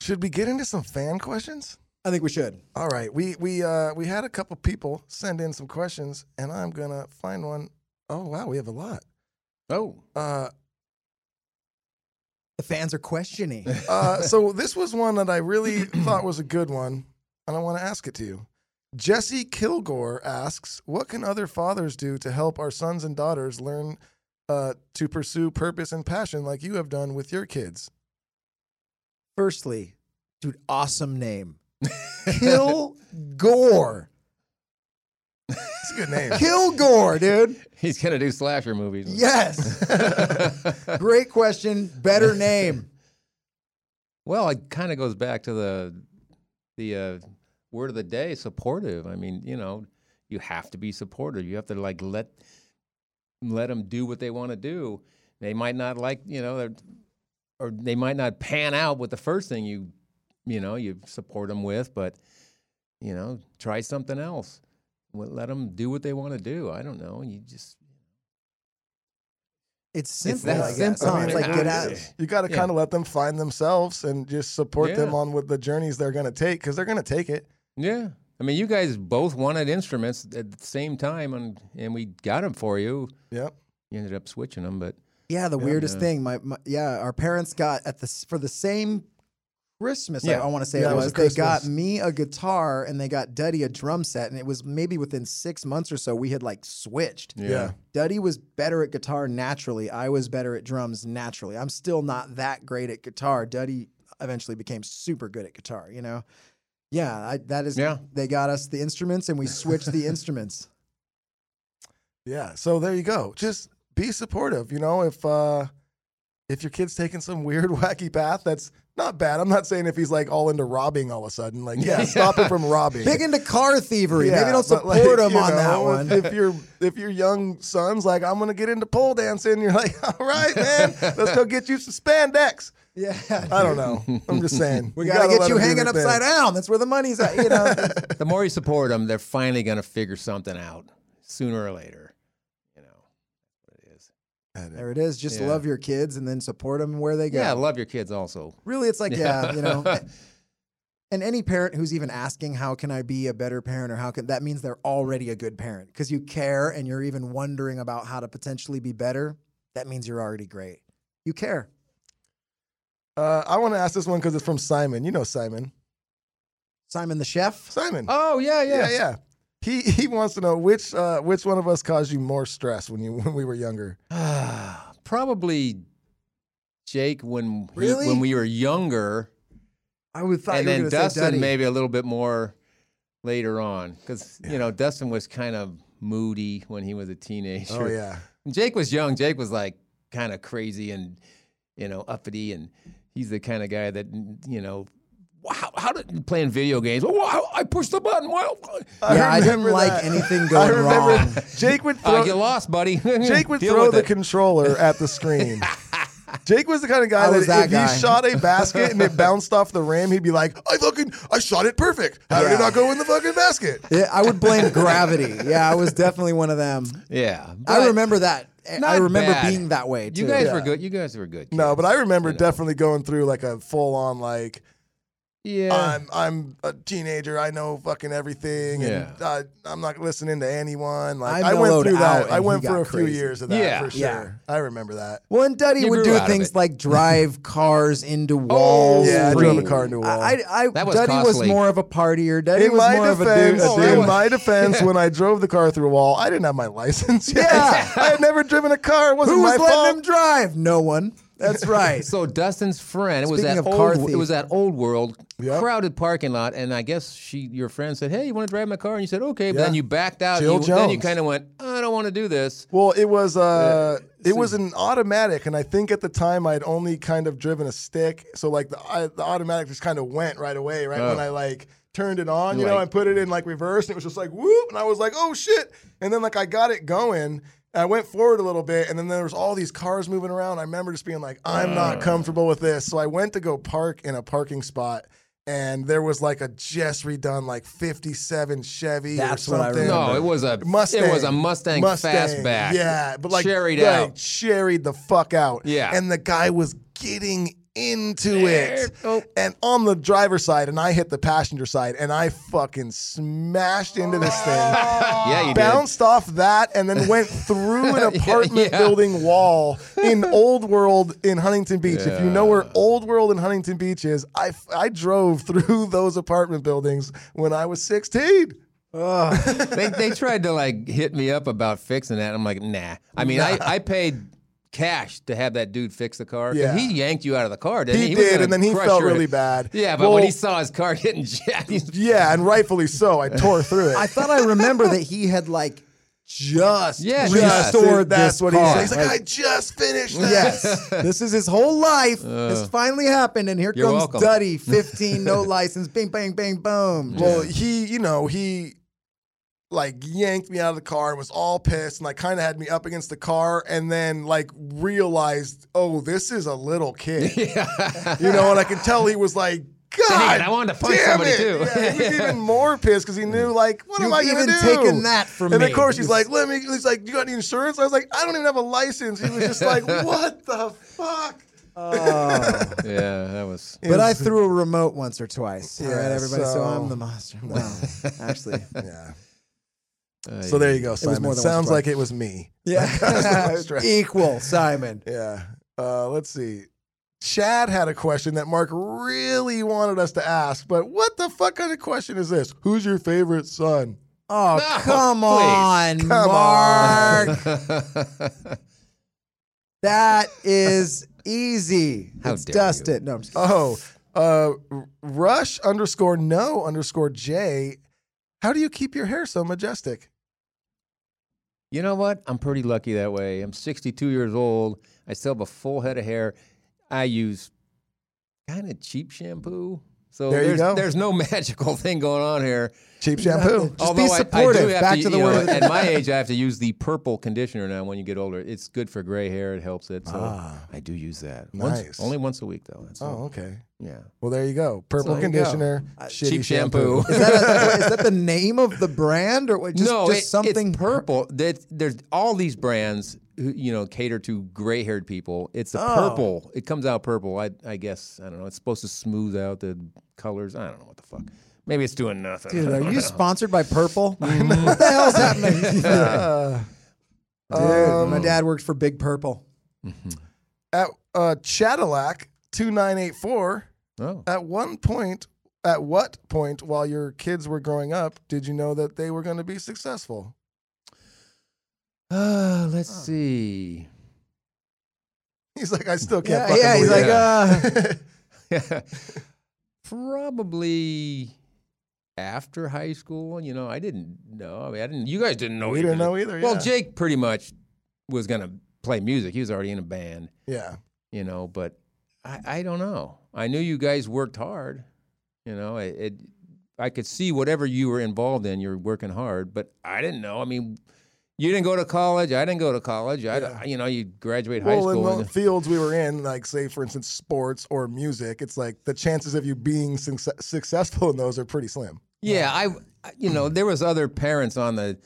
Speaker 1: Should we get into some fan questions?
Speaker 3: I think we should.
Speaker 1: All right, we we uh, we had a couple people send in some questions, and I'm gonna find one. Oh wow, we have a lot.
Speaker 2: Oh.
Speaker 1: Uh,
Speaker 3: The fans are questioning.
Speaker 1: uh, so this was one that I really thought was a good one, and I want to ask it to you. Jesse Kilgore asks, "What can other fathers do to help our sons and daughters learn uh, to pursue purpose and passion like you have done with your kids?"
Speaker 3: Firstly, dude, awesome name. Kill Gore.
Speaker 1: It's a good name.
Speaker 3: Kill Gore, dude.
Speaker 2: He's going to do slasher movies.
Speaker 3: Yes. Great question. Better name.
Speaker 2: Well, it kind of goes back to the the uh, word of the day: supportive. I mean, you know, you have to be supportive. You have to like let let them do what they want to do. They might not like, you know, they're- or they might not pan out with the first thing you you know you support them with, but you know, try something else. Well, Let them do what they want to do. I don't know. You just
Speaker 3: It's simple.
Speaker 2: that
Speaker 3: I guess.
Speaker 2: simple.
Speaker 3: Tom,
Speaker 2: I mean,
Speaker 3: it's like
Speaker 2: it
Speaker 3: get
Speaker 2: is.
Speaker 3: out.
Speaker 1: You got to
Speaker 2: Yeah.
Speaker 1: kind of let them find themselves and just support them
Speaker 2: Yeah.
Speaker 1: on what the journeys they're going to take because they're going to take it.
Speaker 2: Yeah. I mean, you guys both wanted instruments at the same time, and, and we got them for you.
Speaker 1: Yep.
Speaker 2: You ended up switching them, but
Speaker 3: Yeah, the weirdest thing. My, my yeah, our parents got at the s- for the same Christmas.
Speaker 2: Yeah.
Speaker 3: I, want to say
Speaker 1: Yeah,
Speaker 3: it
Speaker 1: it was
Speaker 3: was.
Speaker 1: a
Speaker 3: They got
Speaker 1: Christmas.
Speaker 3: me a guitar and they got Duddy a drum set, and it was maybe within six months or so we had like switched.
Speaker 1: Yeah.
Speaker 3: Duddy was better at guitar naturally. I was better at drums naturally. I'm still not that great at guitar. Duddy eventually became super good at guitar. You know. Yeah, I, that is.
Speaker 2: Yeah.
Speaker 3: They got us the instruments, and we switched the instruments.
Speaker 1: Yeah. So there you go. Just be supportive. You know, if uh, if your kid's taking some weird wacky path, that's not bad. I'm not saying if he's like all into robbing all of a sudden, like yeah, stop him from robbing.
Speaker 3: Big into car thievery.
Speaker 1: Yeah,
Speaker 3: Maybe don't
Speaker 1: but,
Speaker 3: support
Speaker 1: like,
Speaker 3: him
Speaker 1: you
Speaker 3: on that
Speaker 1: know,
Speaker 3: one.
Speaker 1: if- If your if your young son's like, I'm gonna get into pole dancing, you're like, all right, man, let's go get you some spandex.
Speaker 3: yeah.
Speaker 1: I don't know. I'm just saying.
Speaker 3: We gotta,
Speaker 1: let
Speaker 3: get you
Speaker 1: them do
Speaker 3: hanging
Speaker 1: their thing.
Speaker 3: upside down. That's where the money's at. You know,
Speaker 2: the more you support them, they're finally going to figure something out sooner or later. You know, what it is.
Speaker 3: there it is. Just
Speaker 2: Yeah.
Speaker 3: love your kids and then support them where they go.
Speaker 2: Yeah. love your kids also.
Speaker 3: really, it's like yeah, you know. And any parent who's even asking how can I be a better parent or how can that means they're already a good parent because you care and you're even wondering about how to potentially be better. That means you're already great. You care.
Speaker 1: Uh, I want to ask this one because it's from Simon. You know Simon.
Speaker 3: Simon the chef.
Speaker 1: Simon.
Speaker 2: oh yeah,
Speaker 1: yeah,
Speaker 2: yeah,
Speaker 1: yeah. He he wants to know which uh, which one of us caused you more stress when you when we were younger.
Speaker 2: Probably Jake when he-
Speaker 3: Really?
Speaker 2: when we were younger,
Speaker 3: I would thought
Speaker 2: and
Speaker 3: you were
Speaker 2: then
Speaker 3: gonna say Duddy.
Speaker 2: Dustin maybe a little bit more later on because you know Dustin was kind of moody when he was a teenager.
Speaker 1: Oh yeah.
Speaker 2: Jake was young. Jake was like kind of crazy and you know uppity, and he's the kind of guy that you know. How, how did playing video games? Wow, I pushed the button. Wow,
Speaker 3: Yeah, I didn't
Speaker 1: remember
Speaker 3: like
Speaker 1: that.
Speaker 3: anything
Speaker 1: I
Speaker 3: going
Speaker 1: remember
Speaker 3: wrong.
Speaker 1: Uh, Jake would
Speaker 2: uh,
Speaker 1: throw
Speaker 2: you lost, buddy.
Speaker 1: Jake would
Speaker 2: Deal
Speaker 1: throw
Speaker 2: with
Speaker 1: the
Speaker 2: it.
Speaker 1: controller at the screen. Jake was the kind of guy
Speaker 3: I
Speaker 1: that,
Speaker 3: was that
Speaker 1: if
Speaker 3: guy.
Speaker 1: he shot a basket and it bounced off the rim, he'd be like, "I fucking, I shot it perfect. How did
Speaker 3: Yeah.
Speaker 1: it not go in the fucking basket?"
Speaker 3: Yeah, I would blame gravity. Yeah, I was definitely one of them.
Speaker 2: Yeah,
Speaker 3: I
Speaker 2: but
Speaker 3: remember that. I
Speaker 2: not
Speaker 3: remember
Speaker 2: bad.
Speaker 3: being that way too.
Speaker 2: You guys
Speaker 1: Yeah.
Speaker 2: were good. You guys were good.
Speaker 1: No,
Speaker 2: kids.
Speaker 1: but I remember
Speaker 2: know.
Speaker 1: definitely going through like a full on like
Speaker 2: yeah.
Speaker 1: I'm I'm a teenager. I know fucking everything, and
Speaker 2: Yeah.
Speaker 1: uh, I'm not listening to anyone. Like
Speaker 3: I
Speaker 1: I, went
Speaker 3: mellowed
Speaker 1: through
Speaker 3: out
Speaker 1: that.
Speaker 3: and
Speaker 1: I
Speaker 3: he
Speaker 1: went for
Speaker 3: got
Speaker 1: a few
Speaker 3: crazy.
Speaker 1: years of that
Speaker 2: Yeah.
Speaker 1: for sure.
Speaker 3: Yeah.
Speaker 1: I remember that.
Speaker 3: Well, and Duddy
Speaker 2: You
Speaker 3: would
Speaker 2: grew
Speaker 3: do
Speaker 2: out of
Speaker 3: things
Speaker 2: it.
Speaker 3: like drive cars into walls.
Speaker 1: Oh, yeah, I
Speaker 3: free.
Speaker 1: drove a car into a wall.
Speaker 3: I, I, I-
Speaker 2: That was
Speaker 3: Duddy was
Speaker 2: costly.
Speaker 3: more of a partier. Duddy
Speaker 1: in
Speaker 3: was
Speaker 1: my
Speaker 3: more
Speaker 1: defense,
Speaker 3: of a dude.
Speaker 2: that
Speaker 1: in
Speaker 2: was-
Speaker 1: my defense, when I drove the car through a wall, I didn't have my license. Yet.
Speaker 3: Yeah.
Speaker 1: I had never driven a car. It wasn't
Speaker 3: Who
Speaker 1: my
Speaker 3: was letting
Speaker 1: fault.
Speaker 3: him drive? No one. That's right.
Speaker 2: So Dustin's friend, it was
Speaker 3: Speaking
Speaker 2: that
Speaker 3: of car
Speaker 2: old, it
Speaker 3: thief.
Speaker 2: was that old world
Speaker 1: Yep.
Speaker 2: crowded parking lot, and I guess she, your friend, said, "Hey, you want to drive my car?" And you said, "Okay," but
Speaker 1: Yeah.
Speaker 2: then you backed out.
Speaker 1: Jill
Speaker 2: you, Then you
Speaker 1: Jones.
Speaker 2: kind of went, "I don't want to do this."
Speaker 1: Well, it was uh, it was an automatic, and I think at the time I'd only kind of driven a stick, so like the I, the automatic just kind of went right away, right when
Speaker 2: Oh.
Speaker 1: I like turned it on, you
Speaker 2: You're
Speaker 1: know,
Speaker 2: like-
Speaker 1: and put it in like reverse, and it was just like whoop, and I was like, oh shit, and then like I got it going. and I went forward a little bit, and then there was all these cars moving around. I remember just being like, "I'm
Speaker 2: Ah.
Speaker 1: not comfortable with this," so I went to go park in a parking spot, and there was like a just redone like '57 Chevy or
Speaker 3: That's what I
Speaker 1: something.
Speaker 2: No, Oh, it was a
Speaker 1: Mustang.
Speaker 2: It was a Mustang, fastback.
Speaker 1: Yeah, but like
Speaker 2: cherried
Speaker 1: like,
Speaker 2: out.
Speaker 1: cherried the fuck out.
Speaker 2: Yeah.
Speaker 1: and the guy was getting into it,
Speaker 2: Oh.
Speaker 1: and on the driver's side, and I hit the passenger side, and I fucking smashed into this thing.
Speaker 2: Yeah, you
Speaker 1: Bounced off that and then went through an
Speaker 2: Yeah,
Speaker 1: apartment
Speaker 2: yeah.
Speaker 1: building wall in Old World in Huntington Beach. If you know where Old World in Huntington Beach is, I, f- I drove through those apartment buildings when I was 16.
Speaker 2: did. they they tried to like hit me up about fixing that. I'm like, nah. I mean, I, I paid cash to have that dude fix the car. 'cause
Speaker 1: Yeah.
Speaker 2: he yanked you out of the car. Didn't
Speaker 1: He,
Speaker 2: he, He was
Speaker 1: did,
Speaker 2: gonna
Speaker 1: and then he
Speaker 2: crush
Speaker 1: felt
Speaker 2: your-
Speaker 1: really bad.
Speaker 2: Yeah, but
Speaker 1: Well,
Speaker 2: when he saw his car getting jacked, he's
Speaker 1: Yeah, and rightfully so. I tore through it.
Speaker 3: I thought I remember that he had like just
Speaker 2: Yeah,
Speaker 1: Just-
Speaker 3: restored
Speaker 1: that's
Speaker 3: this
Speaker 1: what
Speaker 3: car.
Speaker 1: he said. He's like, I just finished that.
Speaker 3: yes, this is his whole life.
Speaker 1: Uh,
Speaker 3: this finally happened, and here
Speaker 2: You're
Speaker 3: comes
Speaker 2: welcome.
Speaker 3: Duddy, fifteen, no license, bing, bang, bang, boom.
Speaker 1: Well, he, you know, he like yanked me out of the car, was all pissed, and like kind of had me up against the car, and then like realized, oh, this is a little kid. You know, and I could tell he was like, God,
Speaker 2: Dang it, I wanted to punch
Speaker 1: damn
Speaker 2: somebody
Speaker 1: it."
Speaker 2: too.
Speaker 1: Yeah, he was even more pissed because he knew, like, what am
Speaker 3: You've
Speaker 1: I going to
Speaker 3: even
Speaker 1: do?
Speaker 3: taken that from
Speaker 1: and
Speaker 3: me.
Speaker 1: of course, he's like, let me. He's like, you got any insurance? I was like, I don't even have a license. He was just like, what the fuck?
Speaker 2: Oh. yeah, that was.
Speaker 3: But I threw a remote once or twice. All right,
Speaker 1: Yeah,
Speaker 3: everybody. So,
Speaker 1: so-
Speaker 3: I'm the monster. Wow. Actually,
Speaker 1: Yeah.
Speaker 2: uh,
Speaker 1: So there you go,
Speaker 3: more
Speaker 1: Simon.
Speaker 3: than once
Speaker 1: Sounds
Speaker 3: or
Speaker 1: like it was me.
Speaker 3: yeah, equal Simon.
Speaker 1: Yeah. Uh, let's see. Chad had a question that Mark really wanted us to ask, but what the fuck kind of question is this? Who's your favorite son?
Speaker 3: Oh,
Speaker 2: No,
Speaker 3: come
Speaker 2: please.
Speaker 3: on,
Speaker 1: on.
Speaker 3: Mark.
Speaker 2: uh,
Speaker 3: that is easy.
Speaker 2: How
Speaker 3: it's
Speaker 2: dare you.
Speaker 3: Dustin. No, I'm just kidding.
Speaker 1: Oh, uh, R- Rush underscore no underscore J. How do you keep your hair so majestic?
Speaker 2: You know what? I'm pretty lucky that way. I'm 62 years old. I still have a full head of hair. I use kind of cheap shampoo. So
Speaker 1: There you
Speaker 2: there's,
Speaker 1: go.
Speaker 2: there's no magical thing going on here.
Speaker 1: Cheap shampoo.
Speaker 3: Just be
Speaker 2: I- I do
Speaker 3: supportive.
Speaker 2: have
Speaker 3: Back to the
Speaker 2: you
Speaker 3: word.
Speaker 2: At my age, I have to use the purple conditioner now when you get older. It's good for gray hair. It helps it. So
Speaker 1: Ah.
Speaker 2: I do use that.
Speaker 1: Nice.
Speaker 2: Once, only once a week, though. That's
Speaker 1: Oh,
Speaker 2: all.
Speaker 1: okay.
Speaker 2: Yeah.
Speaker 1: Well, there you go. Purple
Speaker 2: So there you go.
Speaker 1: conditioner, shitty
Speaker 2: Uh, cheap
Speaker 1: shampoo.
Speaker 2: shampoo.
Speaker 3: Is that, a, is that the name of the brand or what? Just,
Speaker 2: no,
Speaker 3: just
Speaker 2: it-
Speaker 3: something
Speaker 2: it's purple. That there's all these brands who you know cater to gray-haired people. It's a
Speaker 3: Oh.
Speaker 2: purple. It comes out purple. I I guess I don't know. It's supposed to smooth out the colors. I don't know what the fuck. Maybe it's doing nothing.
Speaker 3: Dude, are you sponsored by Purple? what the hell's happening? Dude,
Speaker 1: Um,
Speaker 2: Um,
Speaker 3: my dad worked for Big Purple.
Speaker 2: Mm-hmm.
Speaker 1: At uh, Cadillac 2984,
Speaker 2: oh.
Speaker 1: at one point at what point while your kids were growing up did you know that they were going to be successful?
Speaker 2: Uh, let's see.
Speaker 1: He's like, I still can't.
Speaker 3: Yeah,
Speaker 1: fucking
Speaker 2: Oh,
Speaker 3: yeah. He's
Speaker 1: believe
Speaker 3: like, uh,
Speaker 1: it.
Speaker 2: Probably after high school, you know, I didn't know. I mean, I didn't. You guys didn't know.
Speaker 1: we
Speaker 2: either.
Speaker 1: didn't know either.
Speaker 2: Well,
Speaker 1: yeah.
Speaker 2: Jake pretty much was gonna play music. He was already in a band,
Speaker 1: yeah,
Speaker 2: you know. But I, I don't know. I knew you guys worked hard. You know, it, it. I could see whatever you were involved in, you're working hard. But I didn't know. I mean, you didn't go to college. I didn't go to college. I,
Speaker 1: Yeah.
Speaker 2: you know, you graduate high
Speaker 1: well,
Speaker 2: school.
Speaker 1: in the
Speaker 2: and-
Speaker 1: fields we were in, like say for instance sports or music, it's like the chances of you being suc- successful in those are pretty slim.
Speaker 2: Yeah, I, I- you know, there was other parents on the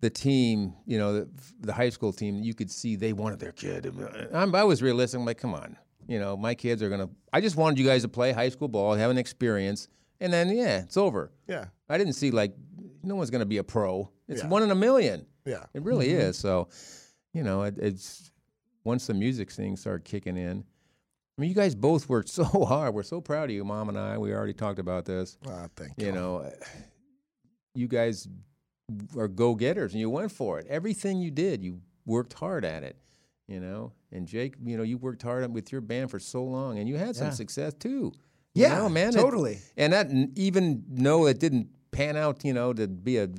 Speaker 2: the team, you know, the, the high school team. You could see they wanted their kid. uh, I'm, I was realistic. I'm like, come on, you know, my kids are gonna. I just wanted you guys to play high school ball, have an experience, and then yeah, it's over.
Speaker 1: Yeah,
Speaker 2: I didn't see like no one's gonna be a pro. It's
Speaker 1: Yeah.
Speaker 2: one in a million.
Speaker 1: yeah,
Speaker 2: It really is. So, you know, it, it's once the music thing started kicking in. I mean, you guys both worked so hard. We're so proud of you, mom and I. We already talked about this
Speaker 1: Ah, thank you.
Speaker 2: you know you guys are go-getters and you went for it everything you did you worked hard at it you know and jake you know you worked hard with your band for so long and you had some
Speaker 3: Yeah.
Speaker 2: success too you
Speaker 3: yeah,
Speaker 2: know, man It-
Speaker 3: totally.
Speaker 2: and that n- even though it didn't pan out you know to be a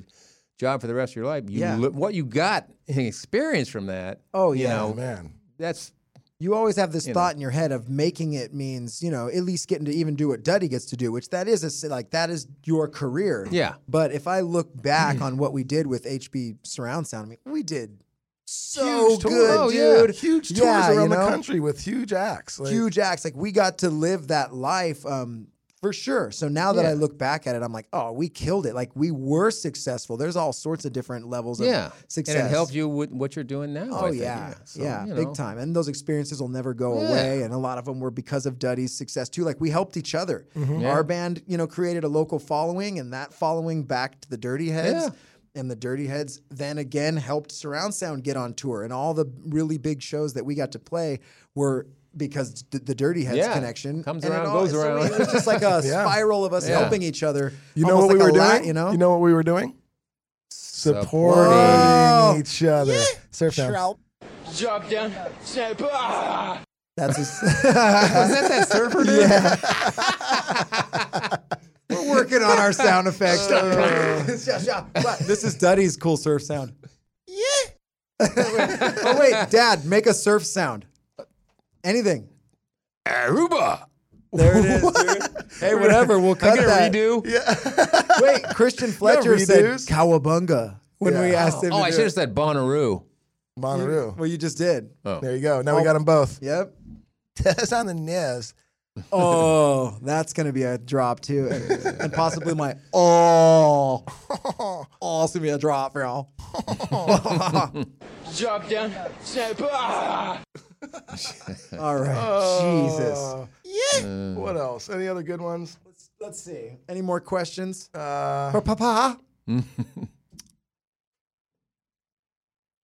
Speaker 2: job for the rest of your life you
Speaker 3: Yeah.
Speaker 2: li- what you got and experience from that
Speaker 3: Oh
Speaker 2: you
Speaker 3: yeah.
Speaker 2: know,
Speaker 1: oh man,
Speaker 2: that's
Speaker 3: you always have this
Speaker 2: You know.
Speaker 3: thought in your head of making it means you know at least getting to even do what Duddy gets to do, which that is a, s- like that is your career.
Speaker 2: Yeah.
Speaker 3: But if I look back on what we did with HB Surround Sound, I mean, we did so
Speaker 1: huge tours.
Speaker 3: good,
Speaker 2: Oh, yeah.
Speaker 3: dude.
Speaker 1: Huge tours
Speaker 3: Yeah, you
Speaker 1: around the
Speaker 3: know?
Speaker 1: country with huge acts. Like,
Speaker 3: huge acts. Like we got to live that life um, for sure. So now that I
Speaker 2: Yeah.
Speaker 3: look back at it, I'm like, oh, we killed it. Like we were successful. There's all sorts of different levels of
Speaker 2: yeah
Speaker 3: success.
Speaker 2: and it helped you with what you're doing now I
Speaker 3: Oh
Speaker 2: think.
Speaker 3: yeah,
Speaker 2: So,
Speaker 3: yeah,
Speaker 2: you know.
Speaker 3: big time. And those experiences will never go
Speaker 2: Yeah.
Speaker 3: away. And a lot of them were because of Duddy's success too. Like we helped each other.
Speaker 2: Mm-hmm. Yeah.
Speaker 3: Our band, you know, created a local following, and that following backed the Dirty Heads.
Speaker 2: Yeah.
Speaker 3: And the Dirty Heads then again helped Surround Sound get on tour, and all the really big shows that we got to play were because the, the Dirty Heads
Speaker 2: Yeah.
Speaker 3: connection
Speaker 2: Comes
Speaker 3: And it
Speaker 2: around,
Speaker 3: all-
Speaker 2: goes
Speaker 3: so
Speaker 2: around.
Speaker 3: It was just like a
Speaker 1: Yeah.
Speaker 3: spiral of us
Speaker 2: Yeah.
Speaker 3: helping each other.
Speaker 1: You know
Speaker 3: almost
Speaker 1: what we
Speaker 3: like
Speaker 1: were
Speaker 3: a
Speaker 1: doing?
Speaker 3: lat, you know,
Speaker 1: you know what we were doing? Supporting
Speaker 3: Whoa.
Speaker 1: each other. Surf down.
Speaker 3: Shroud-
Speaker 4: Drop down, snap, ah!
Speaker 3: That's his.
Speaker 2: was that that surfer dude?
Speaker 3: We're working on our sound effects. Uh. this is Duddy's cool surf sound. Yeah. oh wait, Dad, make a surf sound. Anything.
Speaker 2: Aruba.
Speaker 3: There it is. dude. hey, whatever. We'll cut that.
Speaker 2: redo.
Speaker 3: Wait, Christian Fletcher said
Speaker 1: redos.
Speaker 3: cowabunga when we
Speaker 1: Yeah.
Speaker 3: asked him.
Speaker 2: Oh,
Speaker 3: to
Speaker 2: I
Speaker 3: do
Speaker 2: should
Speaker 3: it.
Speaker 2: have said Bonnaroo.
Speaker 1: Bonnaroo.
Speaker 3: Well, you just did.
Speaker 1: There you go. Now we got them both.
Speaker 3: Yep.
Speaker 1: That's on the NES.
Speaker 3: Oh, that's gonna be a drop too, and, and possibly my oh, oh, it's gonna be a drop, bro.
Speaker 4: Drop down, snap, ah!
Speaker 3: All right, Jesus.
Speaker 1: Uh, yeah. What else? Any other good ones?
Speaker 3: Let's see. Any more questions?
Speaker 1: Uh,
Speaker 3: For Papa?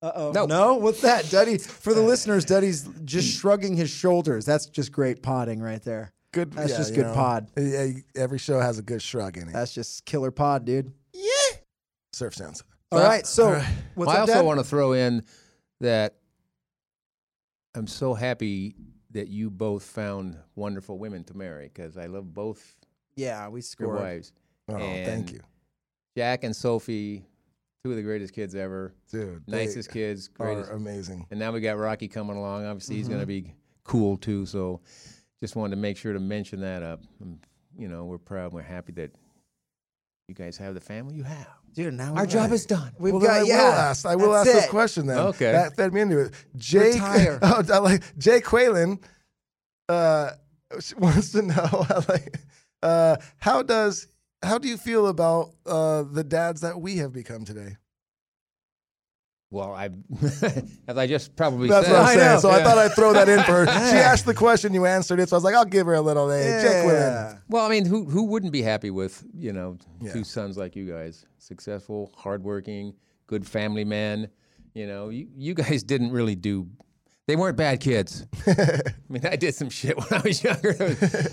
Speaker 3: Uh oh.
Speaker 2: No.
Speaker 3: No? What's that? Duddy, for the listeners, Duddy's just shrugging his shoulders. That's just great podding right there.
Speaker 1: good.
Speaker 3: That's
Speaker 1: yeah,
Speaker 3: just
Speaker 1: you
Speaker 3: good
Speaker 1: know. eh,
Speaker 3: pod.
Speaker 1: Yeah, you- every show has a good shrug in it.
Speaker 3: That's just killer pod, dude.
Speaker 1: Surf sounds.
Speaker 3: All right. So,
Speaker 1: all right.
Speaker 3: what's
Speaker 2: I
Speaker 3: up,
Speaker 2: also
Speaker 3: Dad?
Speaker 2: want to throw in that I'm so happy that you both found wonderful women to marry because I love both
Speaker 3: Yeah, we
Speaker 2: your
Speaker 3: scored.
Speaker 2: wives.
Speaker 1: Oh,
Speaker 2: And-
Speaker 1: thank you,
Speaker 2: Jack and Sophie, two of the greatest kids ever,
Speaker 1: dude. they
Speaker 2: nicest kids,
Speaker 1: Are
Speaker 2: greatest.
Speaker 1: amazing.
Speaker 2: And now we got Rocky coming along. Obviously, he's going to
Speaker 3: mm-hmm.
Speaker 2: be cool too. So, just wanted to make sure to mention that up. Um, you know, we're proud. and We're happy that you guys have the family you have.
Speaker 3: Dude, now
Speaker 2: Our
Speaker 3: we-
Speaker 2: job is done.
Speaker 3: We've
Speaker 1: Well,
Speaker 3: got,
Speaker 1: then I
Speaker 3: yeah,
Speaker 1: will ask. I will
Speaker 3: that's
Speaker 1: ask this
Speaker 3: it.
Speaker 1: question then.
Speaker 2: Okay.
Speaker 1: That fed me into it. Jake.
Speaker 3: Retire.
Speaker 1: Oh, I like Jake Whalen. Uh, she wants to know like, uh, how does how do you feel about uh, the dads that we have become today?
Speaker 2: Well, I, as I just probably
Speaker 1: That's
Speaker 2: said,
Speaker 1: what I'm saying.
Speaker 3: know.
Speaker 1: So I
Speaker 2: Yeah.
Speaker 1: thought I'd throw that in for her. She
Speaker 3: Yeah.
Speaker 1: asked the question, you answered it. So I was like, I'll give her a little eh, A. Jake Whalen.
Speaker 3: Yeah.
Speaker 2: Well, I mean, who who wouldn't be happy with you know
Speaker 1: Yeah.
Speaker 2: two sons like you guys, successful, hardworking, good family men? You know, you, you guys didn't really do. They weren't bad kids. I mean, I did some shit when I was younger.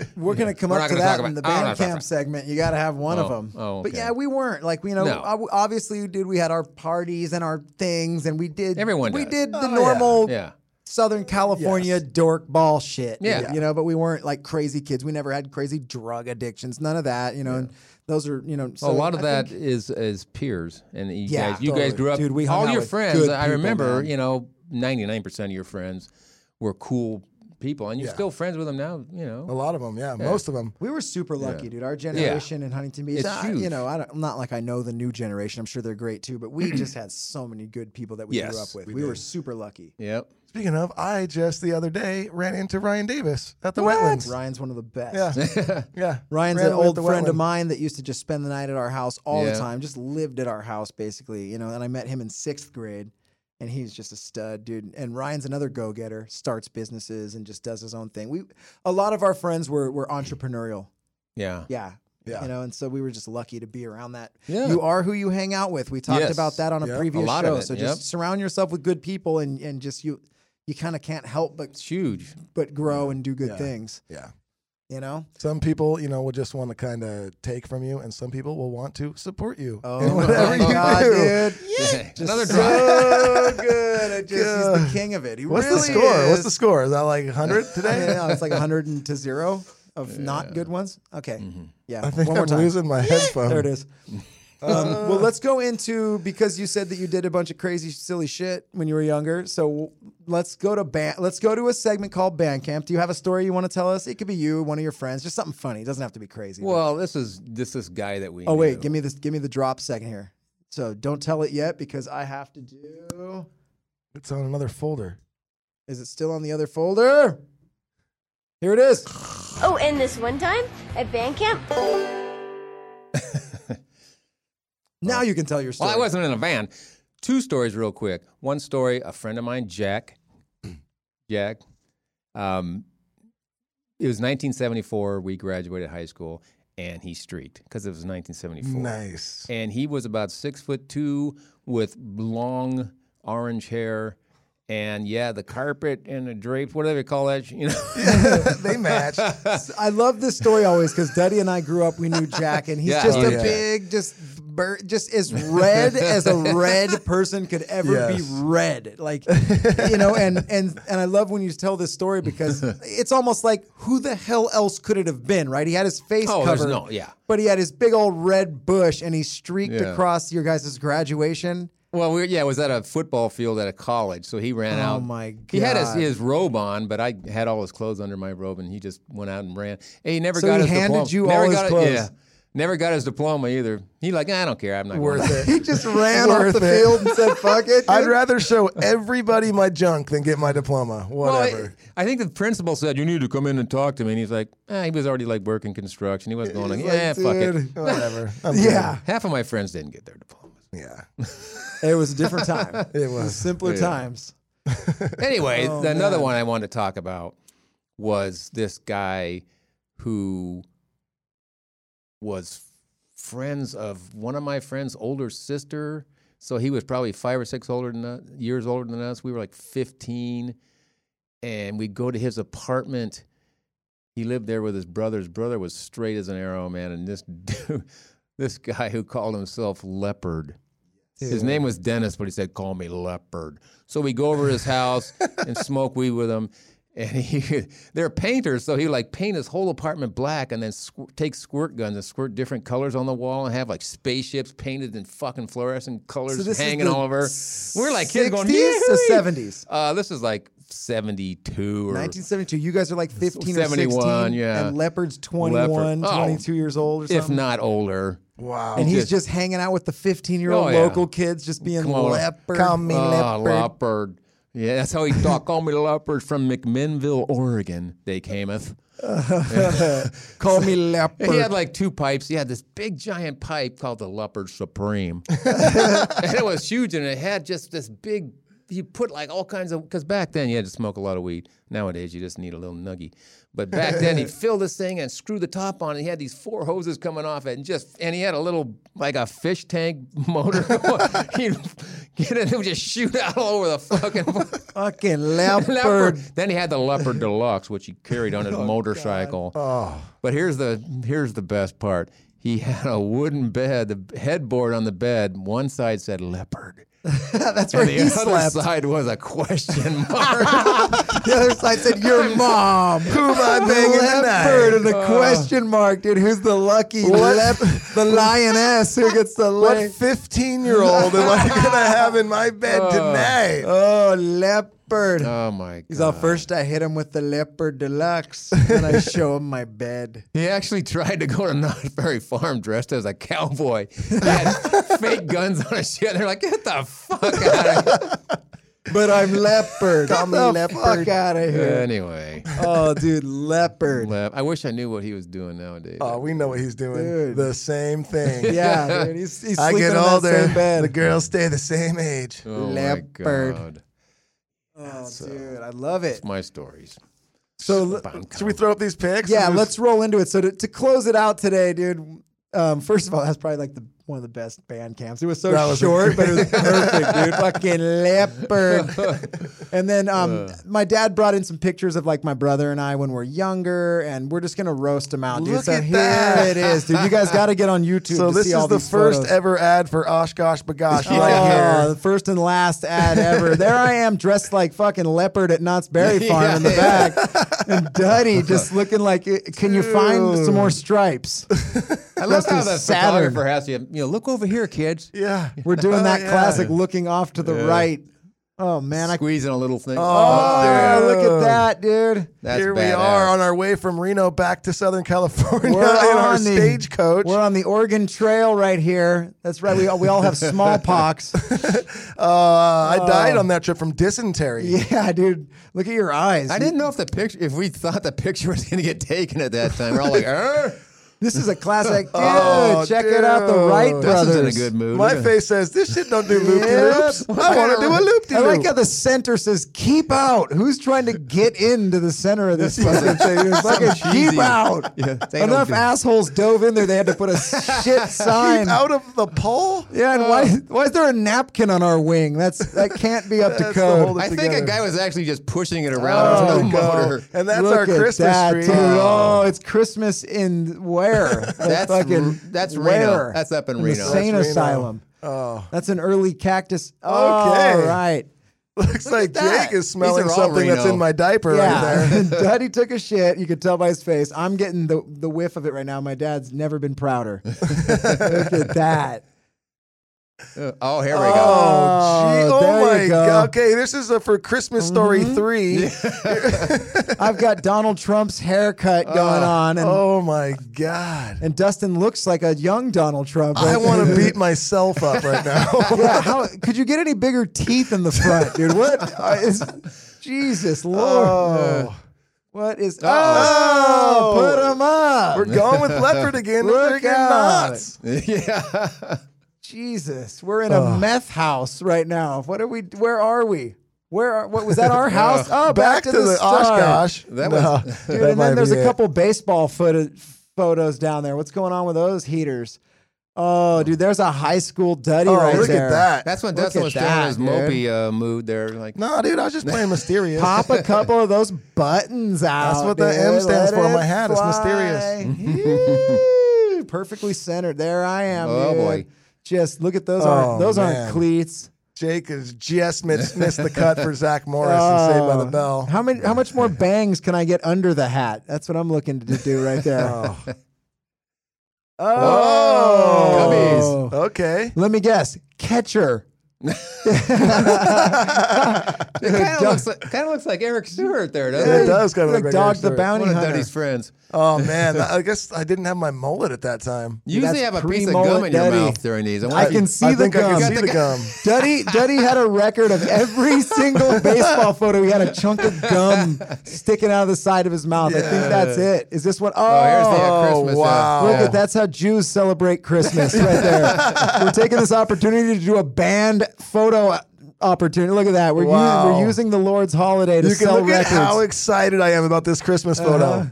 Speaker 3: We're gonna come
Speaker 2: We're
Speaker 3: up
Speaker 2: not
Speaker 3: to
Speaker 2: gonna talk
Speaker 3: that in the
Speaker 2: about- I don't know
Speaker 3: band
Speaker 2: if that's
Speaker 3: camp
Speaker 2: right.
Speaker 3: segment. You got to have one of
Speaker 2: Oh,
Speaker 3: them.
Speaker 2: oh,
Speaker 3: But
Speaker 2: okay.
Speaker 3: yeah, we weren't like you know.
Speaker 2: No.
Speaker 3: ob- Obviously, dude, we had our parties and our things, and we did.
Speaker 2: Everyone
Speaker 3: We
Speaker 2: does.
Speaker 3: did the
Speaker 1: Oh, yeah.
Speaker 3: normal
Speaker 2: yeah.
Speaker 3: Southern California dork ball shit.
Speaker 2: Yeah.
Speaker 3: you know. But we weren't like crazy kids. We never had crazy drug addictions. None of that. You know. And those are you know. So
Speaker 2: a lot of
Speaker 3: I
Speaker 2: that
Speaker 3: think-
Speaker 2: is is peers, and you
Speaker 3: Yeah,
Speaker 2: guys, you guys
Speaker 3: totally.
Speaker 2: grew up.
Speaker 3: Dude, we hung
Speaker 2: all
Speaker 3: out
Speaker 2: your
Speaker 3: with
Speaker 2: friends.
Speaker 3: good
Speaker 2: I
Speaker 3: people,
Speaker 2: remember,
Speaker 3: man.
Speaker 2: you know, ninety nine percent of your friends were cool people, and you're
Speaker 1: Yeah.
Speaker 2: still friends with them now. You know,
Speaker 1: A lot of them, yeah, most of them.
Speaker 3: We were super lucky, dude. Our generation in Huntington Beach,
Speaker 2: It's
Speaker 3: I- you
Speaker 2: huge.
Speaker 3: know, I don't, I'm not like I know the new generation. I'm sure they're great too, but we just had so many good people that we grew
Speaker 2: Yes,
Speaker 3: up with. We, were super lucky.
Speaker 2: Yep.
Speaker 1: Speaking of, I just the other day ran into Ryan Davis at the wetlands.
Speaker 3: Ryan's one of the best.
Speaker 1: Yeah, yeah.
Speaker 3: Ryan's
Speaker 1: Ran
Speaker 3: an
Speaker 1: away at
Speaker 3: old
Speaker 1: the
Speaker 3: friend of
Speaker 1: wetland.
Speaker 3: mine that used to just spend the night at our house all the
Speaker 2: Yeah.
Speaker 3: time, just lived at our house basically, you know. And I met him in sixth grade, and he's just a stud, dude. And Ryan's another go getter, starts businesses and just does his own thing. We, a lot of our friends were were entrepreneurial.
Speaker 2: Yeah.
Speaker 3: Yeah.
Speaker 1: Yeah.
Speaker 3: You know, and so we were just lucky to be around that.
Speaker 2: Yeah.
Speaker 3: You are who you hang out with. We talked
Speaker 2: Yes.
Speaker 3: about that on a
Speaker 1: Yep.
Speaker 3: previous
Speaker 2: A lot
Speaker 3: show.
Speaker 2: of it,
Speaker 3: so
Speaker 2: yep.
Speaker 3: just surround yourself with good people and, and just you you kind of can't help but
Speaker 2: It's huge.
Speaker 3: but grow and do good things.
Speaker 1: Yeah.
Speaker 3: You know?
Speaker 1: Some people, you know, will just want to kind of take from you, and some people will want to support you.
Speaker 3: Oh
Speaker 1: in whatever
Speaker 3: my
Speaker 1: you
Speaker 3: God,
Speaker 1: do.
Speaker 3: dude.
Speaker 2: Another
Speaker 3: so
Speaker 2: drive.
Speaker 3: good. It just, he's the king of it. He
Speaker 1: What's
Speaker 3: really
Speaker 1: the score? What's the
Speaker 3: is.
Speaker 1: score? Is that like 100 today?
Speaker 3: Yeah, it's like 100 and to zero of not good ones. Okay. Yeah.
Speaker 1: Mm-hmm. I think
Speaker 3: One more
Speaker 1: I'm
Speaker 3: time.
Speaker 1: losing my headphones.
Speaker 3: There it is. Um, well, let's go into because you said that you did a bunch of crazy, silly shit when you were younger. So let's go to band. Let's go to a segment called Bandcamp. Do you have a story you want to tell us? It could be you, one of your friends, just something funny. It doesn't have to be crazy.
Speaker 2: Well, this is this this guy that we.
Speaker 3: oh wait,
Speaker 2: knew.
Speaker 3: give me this. Give me the drop second here. So don't tell it yet because I have to do.
Speaker 1: It's on another folder.
Speaker 3: Is it still on the other folder? Here it is.
Speaker 5: Oh, and this one time at band camp,
Speaker 3: Now you can tell your story.
Speaker 2: Well, I wasn't in a van. Two stories, real quick. One story: a friend of mine, Jack. Jack. Um, it was 1974. We graduated high school, and he streaked because it was 1974.
Speaker 1: Nice.
Speaker 2: And he was about six foot two with long orange hair. And yeah, the carpet and the drapes, whatever you call that, you know.
Speaker 1: they match.
Speaker 3: I love this story always because Duddy and I grew up. We knew Jack, and he's
Speaker 2: Yeah.
Speaker 3: just
Speaker 2: Oh,
Speaker 3: a
Speaker 2: yeah.
Speaker 3: big, just bur- just as red as a red person could ever
Speaker 1: Yes.
Speaker 3: be red. Like you know, and and and I love when you tell this story because it's almost like who the hell else could it have been, right? He had his face
Speaker 2: Oh, there's
Speaker 3: covered,
Speaker 2: no- yeah.
Speaker 3: but he had his big old red bush, and he streaked
Speaker 2: Yeah.
Speaker 3: across your guys' graduation.
Speaker 2: well, we were, yeah, it was at a football field at a college, so he ran
Speaker 3: Oh,
Speaker 2: out.
Speaker 3: my
Speaker 2: He had his,
Speaker 3: God.
Speaker 2: his robe on, but I had all his clothes under my robe, and he just went out and ran. And he never
Speaker 3: So
Speaker 2: got
Speaker 3: he
Speaker 2: his
Speaker 3: handed
Speaker 2: diploma.
Speaker 3: you
Speaker 2: never
Speaker 3: all his
Speaker 2: got it-
Speaker 3: clothes.
Speaker 2: yeah, never got his diploma either. He like, "Ah, I don't care. I'm not
Speaker 1: Worth
Speaker 2: going
Speaker 1: it.
Speaker 3: He just ran off
Speaker 1: Worth
Speaker 3: the
Speaker 1: it.
Speaker 3: field and said, "Fuck it."
Speaker 1: I'd
Speaker 3: dude."
Speaker 1: rather show everybody my junk than get my diploma.
Speaker 2: Well,
Speaker 1: Whatever.
Speaker 2: I, I think the principal said you need to come in and talk to me, and he's like, eh, he was already like working construction. He wasn't going like,
Speaker 1: It's
Speaker 2: yeah, fuck it.
Speaker 1: dude, Whatever. I'm
Speaker 3: Yeah.
Speaker 2: Half of my friends didn't get their diplomas.
Speaker 1: good. Yeah.
Speaker 3: It was a different time.
Speaker 1: It was.
Speaker 3: Simpler
Speaker 2: Yeah.
Speaker 3: times.
Speaker 2: Anyway, another
Speaker 3: man.
Speaker 2: one I wanted to talk about was this guy who was friends of one of my friend's older sister. So he was probably five or six older than us, years older than us. We were like fifteen, and we'd go to his apartment. He lived there with his brother. His brother was straight as an arrow, man. And this dude, this guy who called himself Leopard. His name was Dennis, but he said, "Call me Leopard." So we go over to his house and smoke weed with him. And he, they're painters, so he would, like paint his whole apartment black, and then squ- take squirt guns and squirt different colors on the wall, and have like spaceships painted in fucking fluorescent colors
Speaker 3: So this is
Speaker 2: hanging
Speaker 3: the
Speaker 2: all over. We're like kids going,
Speaker 3: 60s or
Speaker 2: "Yay!"
Speaker 3: 70s?
Speaker 2: Uh, this is like seventy-two or
Speaker 3: 1972. You guys are like 15 or
Speaker 2: 71,
Speaker 3: 16.
Speaker 2: yeah.
Speaker 3: And Leopard's 21,
Speaker 2: Leopard. Oh,
Speaker 3: 22 years old or something.
Speaker 2: if not older.
Speaker 1: Wow.
Speaker 3: And he's
Speaker 2: just-
Speaker 3: just hanging out with the 15 year old
Speaker 2: Oh, yeah.
Speaker 3: local kids, just being
Speaker 2: Come on.
Speaker 3: leopard.
Speaker 1: Call me
Speaker 2: Ah,
Speaker 1: leopard.
Speaker 2: leopard. Yeah, that's how he talked. Call me leopard from McMinnville, Oregon. They cameth.
Speaker 3: Call me
Speaker 2: And
Speaker 3: leopard.
Speaker 2: he had like two pipes. He had this big giant pipe called the Leopard Supreme. and it was huge and it had just this big, he put like all kinds of, because back then you had to smoke a lot of weed. Nowadays you just need a little nuggy. But back then he'd fill this thing and screw the top on it. He had these four hoses coming off it and just, and he had a little, like a fish tank motor. he'd, Get it? It would just shoot out all over the fucking
Speaker 3: fucking leopard.
Speaker 2: Then he had the leopard deluxe, which he carried on his motorcycle.
Speaker 1: Oh.
Speaker 2: But here's the here's the best part. He had a wooden bed, the headboard on the bed. One side said leopard.
Speaker 3: That's where
Speaker 2: And the
Speaker 3: he
Speaker 2: other
Speaker 3: slept.
Speaker 2: side was a question mark.
Speaker 3: The other side said, "Your mom."
Speaker 1: Who am I
Speaker 3: The
Speaker 1: banging tonight?
Speaker 3: leopard and
Speaker 2: Ah.
Speaker 3: a question mark, dude. Who's the lucky
Speaker 1: What?
Speaker 3: lep- the lioness who gets the
Speaker 1: What
Speaker 3: lay?
Speaker 1: 15 year old am I going to have in my bed tonight?
Speaker 3: Oh, leopard.
Speaker 2: oh my god.
Speaker 3: He's all first. I hit him with the leopard deluxe, then I show him my bed.
Speaker 2: He actually tried to go to Knott's Berry Farm dressed as a cowboy. He had fake guns on his shit. They're like, get the fuck out of here.
Speaker 3: But I'm leopard. Get
Speaker 1: me
Speaker 3: the
Speaker 1: leopard.
Speaker 3: fuck out of here.
Speaker 2: Anyway,
Speaker 3: Oh, dude, leopard.
Speaker 2: left. I wish I knew what he was doing nowadays.
Speaker 1: Oh, we know what he's doing.
Speaker 3: Dude.
Speaker 1: The same thing.
Speaker 3: Yeah, dude. He's, he's
Speaker 1: I get
Speaker 3: sleeping in that
Speaker 1: older.
Speaker 3: same bed.
Speaker 1: The girls stay the same age.
Speaker 2: oh my
Speaker 3: leopard.
Speaker 2: God.
Speaker 3: Oh, dude, I love it.
Speaker 2: My stories.
Speaker 3: So l-
Speaker 1: Should we throw up these pics?
Speaker 3: yeah,
Speaker 1: Or just-
Speaker 3: let's roll into it. So to, to close it out today, dude. Um, first of all, that's probably like the one of the best band camps. It was so
Speaker 1: That was a
Speaker 3: short, but it was perfect, dude. Fucking leopard. and then um,
Speaker 1: Uh.
Speaker 3: my dad brought in some pictures of like my brother and I when we're younger, and we're just gonna roast them out, dude.
Speaker 1: Look
Speaker 3: so
Speaker 1: at
Speaker 3: here
Speaker 1: that.
Speaker 3: it is, dude. You guys got to get on YouTube.
Speaker 1: So
Speaker 3: to
Speaker 1: this
Speaker 3: see all
Speaker 1: is the
Speaker 3: these
Speaker 1: first
Speaker 3: photos.
Speaker 1: ever ad for Oshkosh Bagosh right
Speaker 3: Oh,
Speaker 1: here.
Speaker 3: the first and last ad ever. there I am, dressed like fucking leopard at Knott's Berry Farm in the back, and Duddy just looking like. "Eh, Can you find some more stripes?
Speaker 2: I love
Speaker 3: Dressed
Speaker 2: how
Speaker 3: as
Speaker 2: the
Speaker 3: Saturn.
Speaker 2: photographer has you. You know, look over here, kids.
Speaker 1: Yeah.
Speaker 3: We're doing
Speaker 1: Oh,
Speaker 3: that
Speaker 1: yeah.
Speaker 3: classic looking off to the right. Oh man, I
Speaker 2: Squeezing a little thing.
Speaker 3: oh,
Speaker 1: dude.
Speaker 3: look at that, dude.
Speaker 2: that's
Speaker 1: here we
Speaker 2: badass.
Speaker 1: are on our way from Reno back to Southern California
Speaker 3: We're
Speaker 1: in our
Speaker 3: on the-
Speaker 1: stagecoach.
Speaker 3: We're on the Oregon Trail right here. That's right. We all, we all have smallpox.
Speaker 1: Uh, I died on that trip from dysentery.
Speaker 3: Oh. yeah, dude. Look at your eyes.
Speaker 2: I didn't know if the picture, if we thought the picture was going to get taken at that time. We're all like, er,
Speaker 3: This is a classic. Dude,
Speaker 1: Oh,
Speaker 3: check it out. The
Speaker 1: dude.
Speaker 3: Wright
Speaker 1: This
Speaker 2: this
Speaker 3: brothers.
Speaker 2: is in a good mood.
Speaker 1: My face says this shit don't do loop loops.
Speaker 3: Yep.
Speaker 1: I want to do a loop de
Speaker 3: I like how
Speaker 1: loop.
Speaker 3: the center says "keep out." Who's trying to get into the center of this fucking thing? It's fucking
Speaker 2: cheesy.
Speaker 3: keep out.
Speaker 2: Yeah, they don't
Speaker 3: Enough
Speaker 2: do-
Speaker 3: assholes dove in there. They had to put a shit sign.
Speaker 1: Out of the pole.
Speaker 3: Yeah, and why why is there a napkin on our wing? That's that can't be up to
Speaker 1: That's the whole
Speaker 3: code.
Speaker 1: thing.
Speaker 2: I think a
Speaker 1: together.
Speaker 2: guy was actually just pushing it
Speaker 1: There
Speaker 2: around. There's
Speaker 1: we
Speaker 2: no
Speaker 1: go.
Speaker 2: motor.
Speaker 1: And that's
Speaker 3: Look
Speaker 1: our
Speaker 3: at
Speaker 1: Christmas
Speaker 3: that,
Speaker 1: tree.
Speaker 3: dude. Oh, it's Christmas in where?
Speaker 2: That's r- that's Reno.
Speaker 3: where?
Speaker 2: That's up in
Speaker 3: the
Speaker 2: Reno.
Speaker 3: Sane
Speaker 1: That's Reno.
Speaker 3: asylum.
Speaker 1: Oh.
Speaker 3: That's an early cactus. Okay.
Speaker 1: Okay.
Speaker 3: All right.
Speaker 1: Looks like
Speaker 2: that.
Speaker 1: Jake is
Speaker 2: These
Speaker 1: smelling
Speaker 2: are all
Speaker 1: something that's
Speaker 2: Reno.
Speaker 1: in my diaper right there.
Speaker 3: And Daddy took a shit. You could tell by his face. I'm getting the, the whiff of it right now. My dad's never been prouder. Look at that.
Speaker 2: Uh, Oh, here we go.
Speaker 1: Oh, gee.
Speaker 3: Oh,
Speaker 1: oh
Speaker 3: there
Speaker 1: my
Speaker 3: you go. Mm-hmm.
Speaker 1: god. Okay, this is a, for Christmas Story 3.
Speaker 3: I've got Donald Trump's haircut going on, and,
Speaker 1: Oh my god.
Speaker 3: and Dustin looks like a young Donald Trump.
Speaker 1: I want to beat myself up right now.
Speaker 3: yeah, how, could you get any bigger teeth in the front, dude? What is Jesus Lord?
Speaker 1: Oh.
Speaker 3: What is?
Speaker 1: Uh-oh.
Speaker 3: Oh, put him up.
Speaker 1: We're going with leopard again.
Speaker 3: Look
Speaker 1: Look
Speaker 3: out.
Speaker 1: nuts.
Speaker 2: yeah.
Speaker 3: Jesus, we're in a meth house right now. What are we? Where are we? Where are, what was that? Our house? Oh, back,
Speaker 1: Back, to, the
Speaker 3: start.
Speaker 1: Oshkosh.
Speaker 2: That was-
Speaker 3: Dude,
Speaker 1: that
Speaker 3: and
Speaker 1: might
Speaker 3: then there's
Speaker 1: be
Speaker 3: a
Speaker 1: it.
Speaker 3: couple baseball foot- photos down there. What's going on with those heaters? Oh, dude, there's a high school duddy
Speaker 1: Oh,
Speaker 3: right
Speaker 1: look
Speaker 3: there.
Speaker 1: at that.
Speaker 2: That's when
Speaker 3: Look
Speaker 2: Dustin
Speaker 3: at
Speaker 2: was still in
Speaker 3: that,
Speaker 2: his
Speaker 3: dude.
Speaker 2: mopey uh, mood there. Like,
Speaker 1: No, dude, I was just playing mysterious.
Speaker 3: Pop a couple of those buttons out.
Speaker 1: what the
Speaker 3: dude.
Speaker 1: M stands
Speaker 3: Let
Speaker 1: for on
Speaker 3: it
Speaker 1: my hat. It's Mm-hmm.
Speaker 3: fly. Yee, Perfectly centered. There I am.
Speaker 2: Oh, boy.
Speaker 3: dude. Just look at those.
Speaker 1: Oh,
Speaker 3: aren't, those
Speaker 1: man.
Speaker 3: aren't cleats.
Speaker 1: Jake has just missed, missed the cut for Zach Morris and Saved by the
Speaker 3: Oh.
Speaker 1: Bell.
Speaker 3: How many? How much more bangs can I get under the hat? That's what I'm looking to do right there. oh,
Speaker 1: Oh, okay.
Speaker 3: let me guess, catcher.
Speaker 2: it kind of looks, like, kinda looks like Eric Stewart there, doesn't
Speaker 1: It
Speaker 2: it?
Speaker 1: does kind of
Speaker 3: Like
Speaker 1: look like
Speaker 3: Dog
Speaker 1: Eric
Speaker 3: the
Speaker 1: Stewart.
Speaker 3: Bounty
Speaker 2: One of
Speaker 3: Hunter.
Speaker 2: Duddy's friends.
Speaker 1: Oh man, I guess I didn't have my mullet at that time.
Speaker 2: You usually
Speaker 3: That's
Speaker 2: have a piece of
Speaker 3: pre-mullet
Speaker 2: gum in your
Speaker 3: Duddy.
Speaker 2: mouth during these. wonder
Speaker 3: I
Speaker 2: if you-
Speaker 3: can see
Speaker 1: I
Speaker 3: the
Speaker 1: think I
Speaker 3: gum.
Speaker 1: can see the gum.
Speaker 3: Duddy, Duddy had a record of every single baseball photo. He had a chunk of gum sticking out of the side of his mouth. I think that's it. Is this one? Oh,
Speaker 2: Oh, here's the
Speaker 1: Oh,
Speaker 2: Christmas. uh,
Speaker 1: wow.
Speaker 3: Look
Speaker 2: yeah.
Speaker 3: at that's how Jews celebrate Christmas right there. we're taking this opportunity to do a band photo opportunity. Look at that. We're,
Speaker 1: Wow.
Speaker 3: using, we're using the Lord's holiday to
Speaker 1: You can
Speaker 3: sell
Speaker 1: look at
Speaker 3: records.
Speaker 1: how excited I am about this Christmas photo.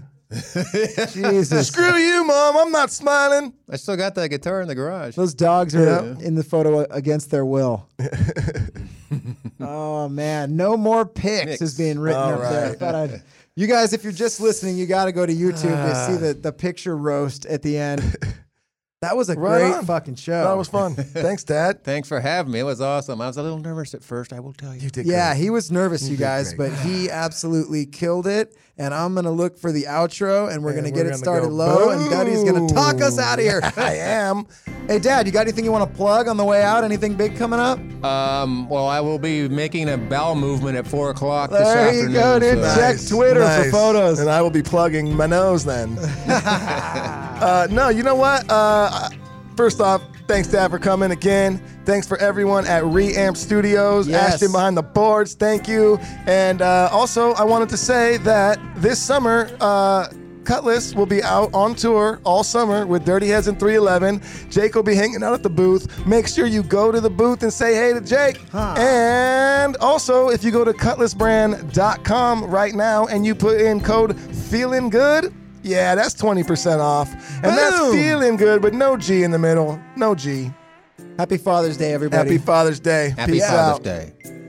Speaker 3: Jesus.
Speaker 1: Screw you, mom. I'm not smiling.
Speaker 2: I still got that guitar in the garage.
Speaker 3: Those dogs are in the photo against their will. oh man, no more pics
Speaker 2: Pics.
Speaker 3: is being written
Speaker 1: All
Speaker 3: up there. I
Speaker 1: right. Ah.
Speaker 3: thought I'd- you guys, if you're just listening, you got to go to YouTube to see the, the picture roast at the end. That was a
Speaker 1: Right
Speaker 3: great
Speaker 1: on.
Speaker 3: fucking show.
Speaker 1: That was fun. Thanks, Dad.
Speaker 2: Thanks for having me. It was awesome. I was a little nervous at first, I will tell you.
Speaker 1: You did
Speaker 3: Yeah,
Speaker 1: great.
Speaker 3: he was nervous, you
Speaker 1: did
Speaker 3: guys,
Speaker 1: great.
Speaker 3: but he absolutely killed it. And I'm gonna look for the outro, and we're
Speaker 1: And
Speaker 3: gonna
Speaker 1: we're
Speaker 3: get it
Speaker 1: gonna
Speaker 3: started
Speaker 1: go,
Speaker 3: low, and Duddy's gonna talk us out of here.
Speaker 1: I am.
Speaker 3: Hey, Dad, you got anything you want to plug on the way out? Anything big coming up?
Speaker 2: Um, well, I will be making a bowel movement at four o'clock this
Speaker 3: There you
Speaker 2: afternoon.
Speaker 3: go, dude.
Speaker 2: so-
Speaker 3: Check Twitter for photos.
Speaker 1: And I will be plugging my nose then. uh, no, you know what? Uh, first off, thanks, Dad, for coming again. Thanks for everyone at Reamp Studios,
Speaker 3: Yes.
Speaker 1: Ashton behind the boards. Thank you. And uh, also, I wanted to say that this summer, uh, Cutlass will be out on tour all summer with Dirty Heads and 311. Jake will be hanging out at the booth. Make sure you go to the booth and say hey to Jake. And also, if you go to cutlassbrand.com right now and you put in code feeling good, yeah, that's 20% off. And that's
Speaker 3: Boom.
Speaker 1: feeling good, but no G in the middle. No G.
Speaker 3: Happy Father's Day, everybody.
Speaker 1: Happy Father's Day.
Speaker 2: Happy
Speaker 1: Peace
Speaker 2: Father's
Speaker 1: out.
Speaker 2: Day.